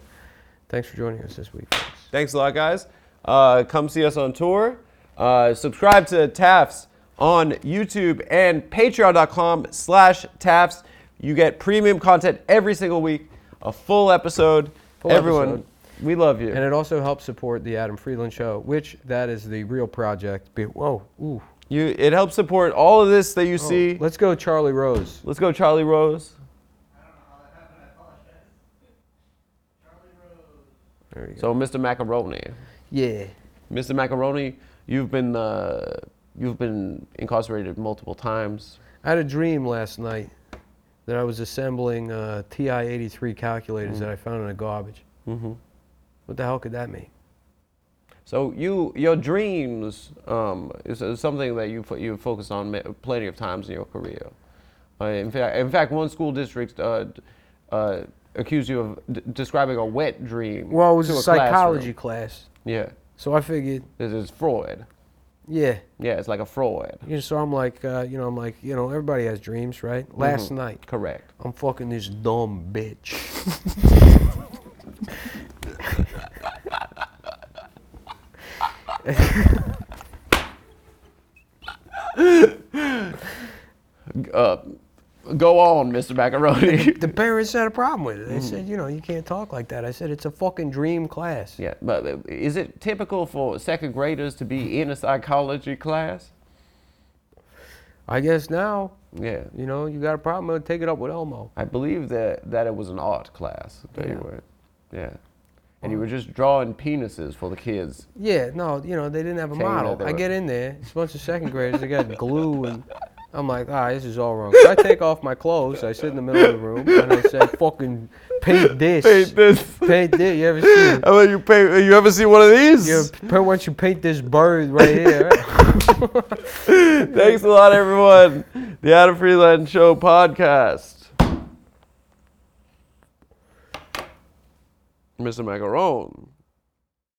S2: thanks for joining us this week. folks.
S1: Thanks a lot, guys. Uh, come see us on tour. Uh, subscribe to Tafts on YouTube and patreon.com slash Tafts. You get premium content every single week, a full episode.
S2: Full
S1: Everyone,
S2: episode.
S1: we love you.
S2: And it also helps support the Adam Friedland Show, which that is the real project. Be- Whoa, ooh.
S1: you. It helps support all of this that you
S2: Oh,
S1: see.
S2: let's go, Charlie Rose.
S1: Let's go, Charlie Rose.
S2: There you go.
S1: So, Mr. Macaroni,
S2: Yeah.
S1: Mr. Macaroni, you've been uh, you've been incarcerated multiple times.
S2: I had a dream last night that I was assembling uh, TI 83 calculators
S1: Mm-hmm.
S2: that I found in the garbage. Mm-hmm. What the hell could that mean?
S1: So you, your dreams um, is, is something that you fo- you focus on ma- plenty of times in your career. Uh, in fact, in fact, one school district uh, d- uh, accused you of d- describing a wet dream.
S2: Well, it was
S1: to
S2: a
S1: classroom.
S2: psychology class.
S1: Yeah,
S2: So I figured,
S1: this is Freud.
S2: yeah.
S1: Yeah, it's like a Freud.
S2: You know, so I'm like, uh, you know, I'm like, you know, everybody has dreams, right?
S1: Mm-hmm.
S2: Last night,
S1: Correct.
S2: I'm fucking this dumb bitch.
S1: Uh, go on, Mr. Macaroni.
S2: the parents had a problem with it.
S1: Mm-hmm.
S2: They said, you know, you can't talk like that. I said, it's a fucking dream class.
S1: yeah, but uh, is it typical for second graders to be in a psychology class?
S2: I guess now,
S1: Yeah,
S2: you know, you got a problem, take it up with Elmo.
S1: I believe that that it was an art class. That you were, yeah. And you were just drawing penises for the kids.
S2: Yeah, no, you know, they didn't have a
S1: Saying that
S2: model.
S1: they
S2: I
S1: were-
S2: get in there, it's a bunch of second graders, they got glue and I'm like, ah, this is all wrong. So I take off my clothes, I sit in the middle of the room, and I say, fucking paint this.
S1: this.
S2: Paint this. You ever see it?
S1: you pay. You ever see one of these?
S2: You ever- paint- once you paint this bird right here. right?
S1: Thanks a lot, everyone. The Adam Freeland Show podcast. Mr. Macaron.